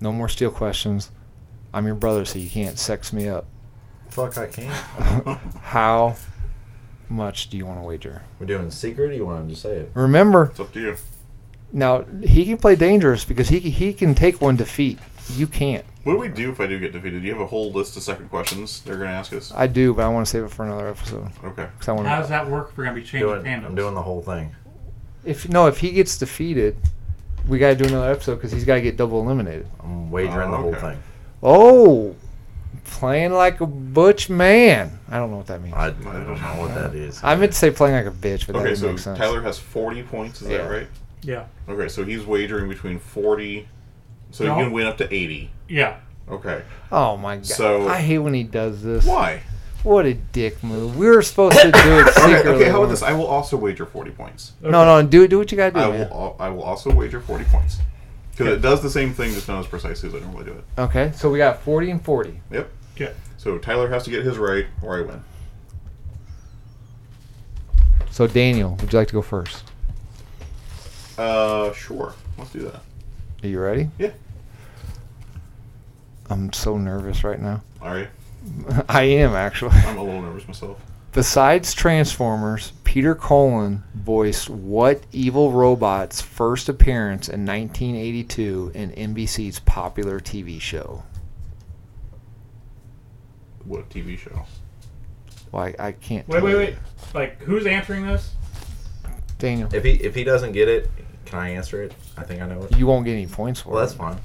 [SPEAKER 1] No more steel questions. I'm your brother, so you can't sex me up.
[SPEAKER 5] Fuck, I can't.
[SPEAKER 1] How much do you want to wager?
[SPEAKER 5] We're doing secret. Or you want him to say it?
[SPEAKER 1] Remember,
[SPEAKER 2] It's up to you.
[SPEAKER 1] now he can play dangerous because he he can take one defeat. You can't.
[SPEAKER 2] What do we do if I do get defeated? Do you have a whole list of second questions they're going to ask us?
[SPEAKER 1] I do, but I want to save it for another episode
[SPEAKER 2] Okay.
[SPEAKER 1] 'cause I want
[SPEAKER 4] How
[SPEAKER 1] to.
[SPEAKER 4] does that work? If we're gonna be changing
[SPEAKER 5] Doing, I'm
[SPEAKER 4] fandoms.
[SPEAKER 5] doing the whole thing.
[SPEAKER 1] If no, if he gets defeated, we got to do another episode because he's got to get double eliminated.
[SPEAKER 5] I'm wagering
[SPEAKER 2] Oh,
[SPEAKER 5] the whole
[SPEAKER 2] okay.
[SPEAKER 5] thing.
[SPEAKER 1] Oh, playing like a butch man. I don't know what that means.
[SPEAKER 5] I, I don't know what that is.
[SPEAKER 1] I meant to say playing like a bitch, but that
[SPEAKER 2] Okay,
[SPEAKER 1] doesn't
[SPEAKER 2] so
[SPEAKER 1] make sense.
[SPEAKER 2] Tyler has 40 points, is
[SPEAKER 1] Yeah.
[SPEAKER 2] that right?
[SPEAKER 4] yeah,
[SPEAKER 2] Okay, so he's wagering between 40. So
[SPEAKER 4] No.
[SPEAKER 2] he can win up to 80.
[SPEAKER 4] yeah.
[SPEAKER 2] Okay.
[SPEAKER 1] oh my god!
[SPEAKER 2] So-
[SPEAKER 1] I hate when he does this.
[SPEAKER 2] Why?
[SPEAKER 1] What a dick move. We were supposed to do it
[SPEAKER 2] Okay,
[SPEAKER 1] secretly.
[SPEAKER 2] okay, how about
[SPEAKER 1] when-
[SPEAKER 2] this? I will also wager 40 points.
[SPEAKER 1] No, no, do do what you gotta do.
[SPEAKER 2] I
[SPEAKER 1] man.
[SPEAKER 2] will al- I will also wager 40 points. Because it does the same thing, just not as precisely as I normally do it.
[SPEAKER 1] Okay, so we got forty and forty.
[SPEAKER 2] Yep.
[SPEAKER 4] Okay.
[SPEAKER 2] So Tyler has to get his right, or I win.
[SPEAKER 1] So Daniel, would you like to go first?
[SPEAKER 2] Uh, sure. Let's do that.
[SPEAKER 1] Are you ready?
[SPEAKER 2] Yeah.
[SPEAKER 1] I'm so nervous right now.
[SPEAKER 2] All right.
[SPEAKER 1] I am actually.
[SPEAKER 2] I'm a little nervous myself.
[SPEAKER 1] Besides Transformers, Peter Cullen voiced what evil robot's first appearance in 1982 in NBC's popular TV show?
[SPEAKER 2] What TV show?
[SPEAKER 1] Well, I, I can't.
[SPEAKER 4] Wait,
[SPEAKER 1] tell
[SPEAKER 4] wait,
[SPEAKER 1] you.
[SPEAKER 4] wait. Like, who's answering this?
[SPEAKER 1] Daniel.
[SPEAKER 5] If he if he doesn't get it,
[SPEAKER 3] Can I answer it? I think I know it.
[SPEAKER 1] You won't get any points for
[SPEAKER 3] Well, that's
[SPEAKER 1] it.
[SPEAKER 3] fine.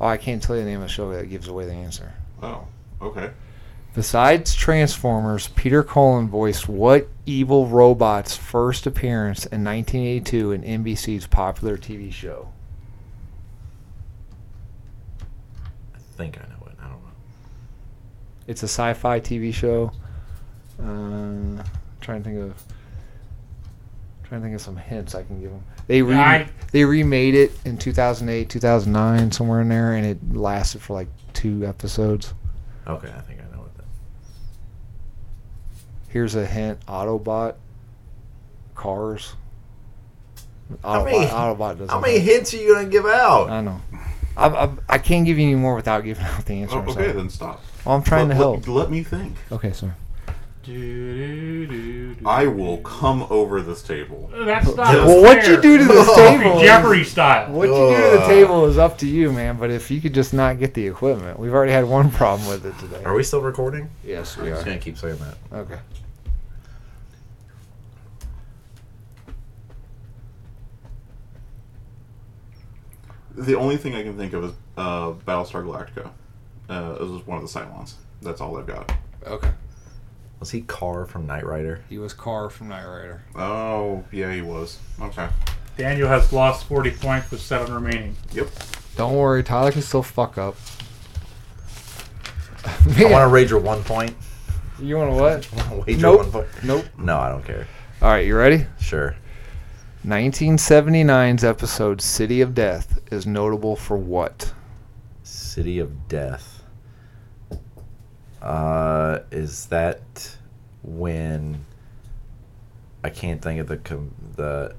[SPEAKER 1] Oh, I can't tell you the name of the show that gives away the answer.
[SPEAKER 2] Oh, okay.
[SPEAKER 1] Besides Transformers, Peter Cullen voiced what evil robot's first appearance in 1982 in NBC's popular TV show?
[SPEAKER 3] I think I know it. I don't know.
[SPEAKER 1] It's a sci-fi TV show. Uh, trying to think of trying to think of some hints I can give them. They re-
[SPEAKER 4] I-
[SPEAKER 1] they remade it in 2008, 2009, somewhere in there, and it lasted for like two episodes.
[SPEAKER 3] Okay, I think I know it. Then.
[SPEAKER 1] Here's a hint: Autobot, Cars. Autobot,
[SPEAKER 3] How many-
[SPEAKER 1] Autobot doesn't. Uh,
[SPEAKER 3] How many
[SPEAKER 1] have-
[SPEAKER 3] hints are you gonna give out?
[SPEAKER 1] I know. I, I, I can't give you any more without giving out the answer.
[SPEAKER 2] Oh,
[SPEAKER 1] I'm
[SPEAKER 2] okay,
[SPEAKER 1] sorry.
[SPEAKER 2] then stop.
[SPEAKER 1] Well, I'm trying
[SPEAKER 2] let,
[SPEAKER 1] to help.
[SPEAKER 2] Let, let me think.
[SPEAKER 1] Okay, sorry.
[SPEAKER 2] I will come over this table.
[SPEAKER 4] That's not
[SPEAKER 1] Well, what you
[SPEAKER 4] fair.
[SPEAKER 1] do to this table?
[SPEAKER 4] Jeopardy style.
[SPEAKER 1] What you do to the
[SPEAKER 3] Ugh.
[SPEAKER 1] table is up to you, man. But if you could just not get the equipment, we've already had one problem with it today.
[SPEAKER 3] Are we still recording?
[SPEAKER 1] Yes,
[SPEAKER 3] I'm just gonna keep saying that.
[SPEAKER 1] Okay.
[SPEAKER 2] The only thing I can think of is uh, Battlestar Galactica. Uh, it was one of the Cylons. That's all I've got.
[SPEAKER 1] Okay.
[SPEAKER 3] Was he Carr from Knight Rider?
[SPEAKER 1] He was Carr from Knight Rider.
[SPEAKER 2] Oh, yeah, he was. Okay.
[SPEAKER 4] Daniel has lost 40 points with seven remaining.
[SPEAKER 2] Yep.
[SPEAKER 1] Don't worry, Tyler can still fuck up.
[SPEAKER 3] I
[SPEAKER 1] Man,
[SPEAKER 3] want to wager one point.
[SPEAKER 1] you want to what?
[SPEAKER 3] I want to wager
[SPEAKER 1] Nope.
[SPEAKER 3] one point.
[SPEAKER 1] Nope.
[SPEAKER 3] No, I don't care.
[SPEAKER 1] All right, you ready?
[SPEAKER 3] Sure.
[SPEAKER 1] 1979's episode "City of Death" is notable for what?
[SPEAKER 3] City of Death. Uh, is that when I can't think of the com- the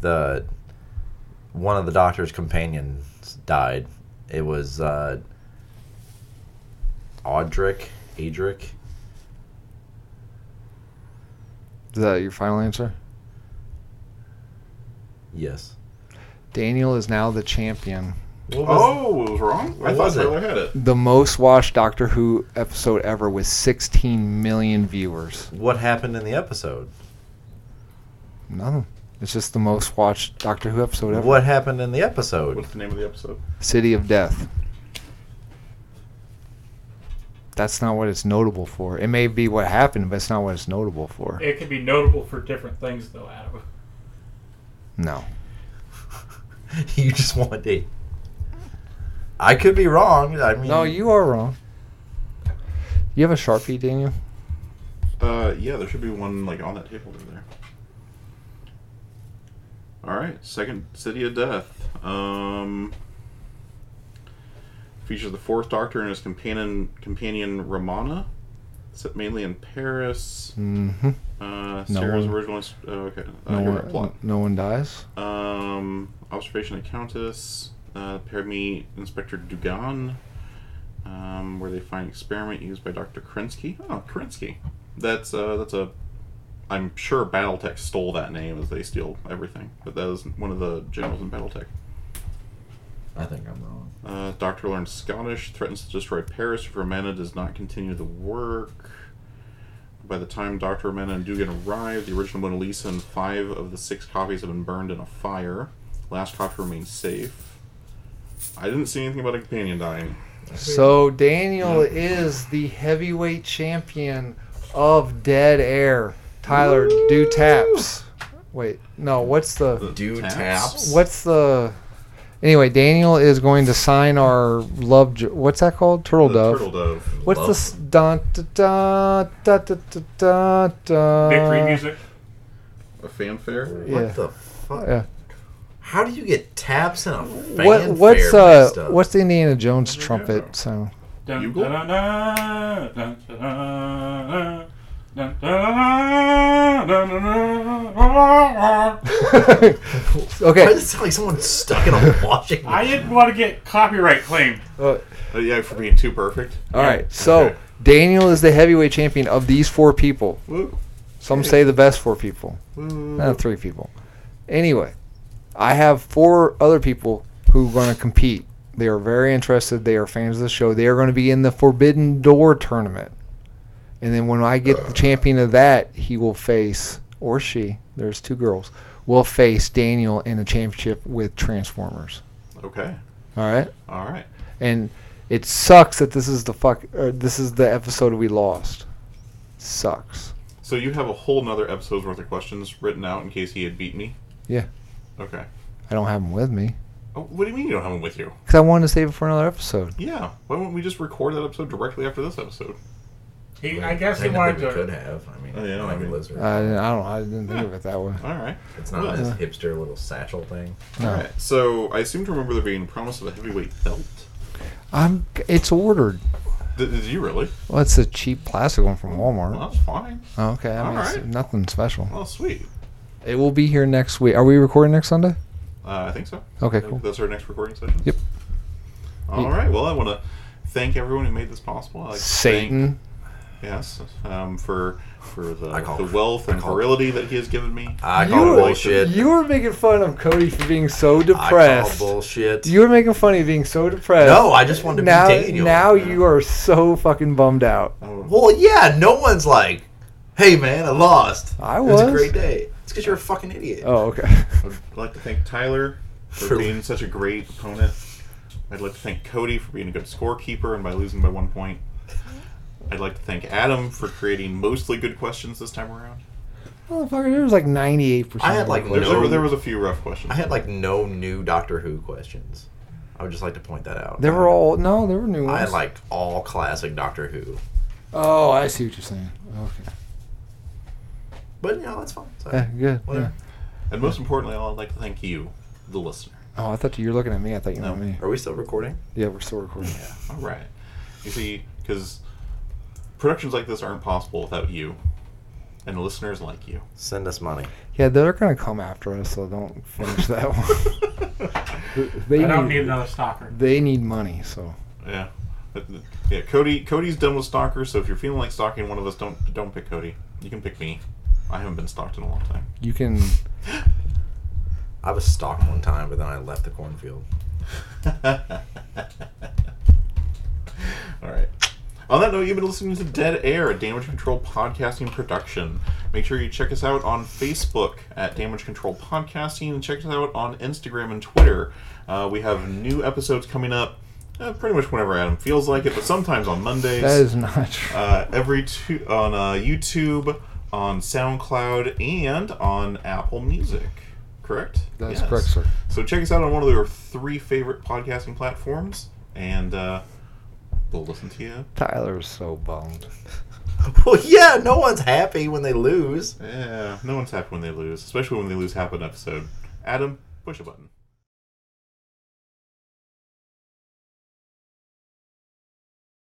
[SPEAKER 3] the one of the doctor's companions died. It was uh, Audric, Adric.
[SPEAKER 1] Is that your final answer?
[SPEAKER 3] Yes.
[SPEAKER 1] Daniel is now the champion.
[SPEAKER 3] What
[SPEAKER 2] Oh, it was wrong? I
[SPEAKER 3] What
[SPEAKER 2] thought
[SPEAKER 3] was it?
[SPEAKER 2] Tyler had it.
[SPEAKER 1] The most watched Doctor Who episode ever with 16 million viewers.
[SPEAKER 3] What happened in the episode?
[SPEAKER 1] Nothing. It's just the most watched Doctor Who episode ever.
[SPEAKER 3] What happened in the episode?
[SPEAKER 2] What's the name of the episode?
[SPEAKER 1] City of Death. That's not what it's notable for. It may be what happened, but it's not what it's notable for.
[SPEAKER 4] It can be notable for different things, though, Adam.
[SPEAKER 1] No.
[SPEAKER 3] you just want to. I could be wrong. I mean,
[SPEAKER 1] No, you are wrong. You have a Sharpie, Daniel?
[SPEAKER 2] Uh, yeah, there should be one, like, on that table over there. All right, second City of Death. Um, features the Fourth Doctor and his companion, companion Romana. Set mainly in Paris.
[SPEAKER 1] Mm-hmm.
[SPEAKER 2] Uh,
[SPEAKER 1] No
[SPEAKER 2] Sarah's
[SPEAKER 1] one-
[SPEAKER 2] original. ins- Oh, okay. Uh,
[SPEAKER 1] No,
[SPEAKER 2] here we
[SPEAKER 1] one,
[SPEAKER 2] go, plot.
[SPEAKER 1] no one dies?
[SPEAKER 2] Um, observation of Countess. Uh, paired me Inspector Dugan. Um, where they find experiment used by Dr. Krinsky. Oh, Krinsky. That's uh, that's a. I'm sure BattleTech stole that name as they steal everything, but that was one of the generals in BattleTech.
[SPEAKER 3] I think I'm wrong.
[SPEAKER 2] Uh, Doctor learns Scottish, threatens to destroy Paris if Romana does not continue the work. By the time Doctor Romana and Dugan arrive, the original Mona Lisa and five of the six copies have been burned in a fire. Last copy remains safe. I didn't see anything about a companion dying.
[SPEAKER 1] So Daniel is the heavyweight champion of dead air. Tyler, do taps. Wait, no, what's the
[SPEAKER 3] Do
[SPEAKER 2] Taps?
[SPEAKER 3] taps?
[SPEAKER 1] what's the Anyway, Daniel is going to sign our love jo- what's that called? Turtle
[SPEAKER 2] The
[SPEAKER 1] dove.
[SPEAKER 2] turtle dove.
[SPEAKER 1] What's
[SPEAKER 3] Love.
[SPEAKER 1] the s- dun, da, da, da, da, da, da.
[SPEAKER 4] Victory music.
[SPEAKER 2] A fanfare?
[SPEAKER 1] Yeah.
[SPEAKER 3] What the fuck?
[SPEAKER 1] Yeah.
[SPEAKER 3] How do you get taps in a fanfare?
[SPEAKER 1] What what's
[SPEAKER 3] mixed
[SPEAKER 1] uh
[SPEAKER 3] up?
[SPEAKER 1] what's the Indiana Jones
[SPEAKER 2] There we go.
[SPEAKER 1] trumpet sound?
[SPEAKER 4] Dun,
[SPEAKER 2] Bugle?
[SPEAKER 4] dun, dun, dun, dun, dun, dun, dun, dun, dun, dun, dun, dun, dun.
[SPEAKER 3] Why
[SPEAKER 1] okay.
[SPEAKER 3] does it sound like someone stuck in a washing machine?
[SPEAKER 4] I didn't want to get copyright claimed.
[SPEAKER 1] Uh,
[SPEAKER 2] Uh, yeah, for being too perfect.
[SPEAKER 1] All right. So
[SPEAKER 2] Okay.
[SPEAKER 1] Daniel is the heavyweight champion of these four people.
[SPEAKER 2] Woo.
[SPEAKER 1] Some say the best four people,
[SPEAKER 2] Woo.
[SPEAKER 1] not Uh, three people. Anyway, I have four other people who are going to compete. They are very interested. They are fans of the show. They are going to be in the Forbidden Door tournament. And then when I get the champion of that, he will face or she There's two girls. Will face Daniel in the championship with Transformers.
[SPEAKER 2] Okay.
[SPEAKER 1] All right,
[SPEAKER 2] All right.
[SPEAKER 1] and it sucks that this is the fuck. Or this is the episode we lost. Sucks.
[SPEAKER 2] So you have a whole nother episode's worth of questions written out in case he had beat me.
[SPEAKER 1] Yeah.
[SPEAKER 2] Okay.
[SPEAKER 1] I don't have them with me
[SPEAKER 2] Oh, what do you mean you don't have them with you?
[SPEAKER 1] because I wanted to save it for another episode.
[SPEAKER 2] Yeah. Why wouldn't we just record that episode directly after this episode?
[SPEAKER 4] He, I guess he
[SPEAKER 3] Technically,
[SPEAKER 4] wanted
[SPEAKER 3] we could
[SPEAKER 4] to.
[SPEAKER 3] have. I mean,
[SPEAKER 2] Oh, yeah, I
[SPEAKER 3] like
[SPEAKER 2] mean-
[SPEAKER 1] I, uh,
[SPEAKER 3] lizard.
[SPEAKER 1] didn't- I don't. I didn't think of it that way.
[SPEAKER 2] All right.
[SPEAKER 3] it's not
[SPEAKER 2] well,
[SPEAKER 3] this
[SPEAKER 1] uh,
[SPEAKER 3] hipster little satchel thing.
[SPEAKER 1] No.
[SPEAKER 2] All right. So I seem to remember there being promise of a heavyweight belt.
[SPEAKER 1] I'm. It's ordered.
[SPEAKER 2] Did, did you really?
[SPEAKER 1] Well, it's a cheap plastic one from Walmart.
[SPEAKER 2] Well, that's fine.
[SPEAKER 1] Oh, okay, I mean, it's
[SPEAKER 2] Alright.
[SPEAKER 1] nothing special.
[SPEAKER 2] Well, sweet.
[SPEAKER 1] It will be here next week. Are we recording next Sunday?
[SPEAKER 2] Uh, I think so.
[SPEAKER 1] Okay, cool.
[SPEAKER 2] That's our next recording session.
[SPEAKER 1] Yep.
[SPEAKER 2] All right. Well, I want to thank everyone who made this possible. I like to thank-
[SPEAKER 1] Satan.
[SPEAKER 2] yes, um, for for the,
[SPEAKER 5] I call-
[SPEAKER 2] the wealth and
[SPEAKER 5] I call-
[SPEAKER 2] virility that he has given me.
[SPEAKER 5] I
[SPEAKER 1] You
[SPEAKER 5] call
[SPEAKER 1] were-
[SPEAKER 5] bullshit.
[SPEAKER 1] You were making fun of Cody for being so
[SPEAKER 5] I
[SPEAKER 1] depressed.
[SPEAKER 5] call bullshit.
[SPEAKER 1] You were making fun of being so depressed.
[SPEAKER 5] no, I just wanted to
[SPEAKER 1] now,
[SPEAKER 5] be Daniel.
[SPEAKER 1] now you are so fucking bummed out.
[SPEAKER 2] Oh,
[SPEAKER 5] Well, yeah, no one's like, hey, man, I lost.
[SPEAKER 1] I
[SPEAKER 5] It was a
[SPEAKER 1] was.
[SPEAKER 5] great day. It's because you're a fucking idiot.
[SPEAKER 1] Oh, okay.
[SPEAKER 2] I'd like to thank Tyler for,
[SPEAKER 5] For-
[SPEAKER 2] being such a great opponent. I'd like to thank Cody for being a good scorekeeper and by losing by one point. I'd like to thank Adam for creating mostly good questions this time around.
[SPEAKER 1] Motherfucker, there was like 98%.
[SPEAKER 5] I had, like,
[SPEAKER 1] of
[SPEAKER 2] There,
[SPEAKER 1] it.
[SPEAKER 2] there, were-
[SPEAKER 5] No.
[SPEAKER 2] there was a few rough questions.
[SPEAKER 5] I had like no new Doctor Who questions. I would just like to point that out.
[SPEAKER 1] They were all. No, there were new ones.
[SPEAKER 5] I had like all classic Doctor Who.
[SPEAKER 1] oh, I see what you're saying. Okay.
[SPEAKER 5] But, you know, that's fine. It's all
[SPEAKER 1] Yeah,
[SPEAKER 5] right.
[SPEAKER 1] good. Yeah.
[SPEAKER 5] Whatever.
[SPEAKER 2] And most importantly, I'd like to thank you, the listener.
[SPEAKER 1] Oh, I thought you were looking at me. I thought you meant
[SPEAKER 2] No.
[SPEAKER 1] me.
[SPEAKER 5] Are we still recording?
[SPEAKER 1] Yeah, we're still recording.
[SPEAKER 2] All right. You see, because productions like this aren't possible without you, and listeners like you.
[SPEAKER 5] Send us money.
[SPEAKER 1] Yeah, they're gonna come after us, so don't finish that one. they
[SPEAKER 4] I don't
[SPEAKER 1] need,
[SPEAKER 4] need another stalker.
[SPEAKER 1] They need money, so
[SPEAKER 2] Yeah. But- Yeah, Cody. Cody's done with stalkers, so if you're feeling like stalking one of us, don't don't pick Cody. You can pick me. I haven't been stalked in a long time.
[SPEAKER 1] you can.
[SPEAKER 5] I was stalked one time, but then I left the cornfield.
[SPEAKER 2] All right. On that note, you've been listening to Dead Air, a damage control podcasting production. Make sure you check us out on Facebook at Damage Control Podcasting and check us out on Instagram and Twitter. Uh, we have new episodes coming up uh, pretty much whenever Adam feels like it, but sometimes on Mondays
[SPEAKER 1] That is not true.
[SPEAKER 2] uh, every two on uh, YouTube, on SoundCloud, and on Apple Music. Correct.
[SPEAKER 1] That's correct, sir.
[SPEAKER 2] So check us out on one of your three favorite podcasting platforms, and uh, we'll listen to you.
[SPEAKER 1] Tyler's so bummed.
[SPEAKER 5] Well, yeah, no one's happy when they lose.
[SPEAKER 2] Yeah, no one's happy when they lose, especially when they lose half an episode. Adam, push a button.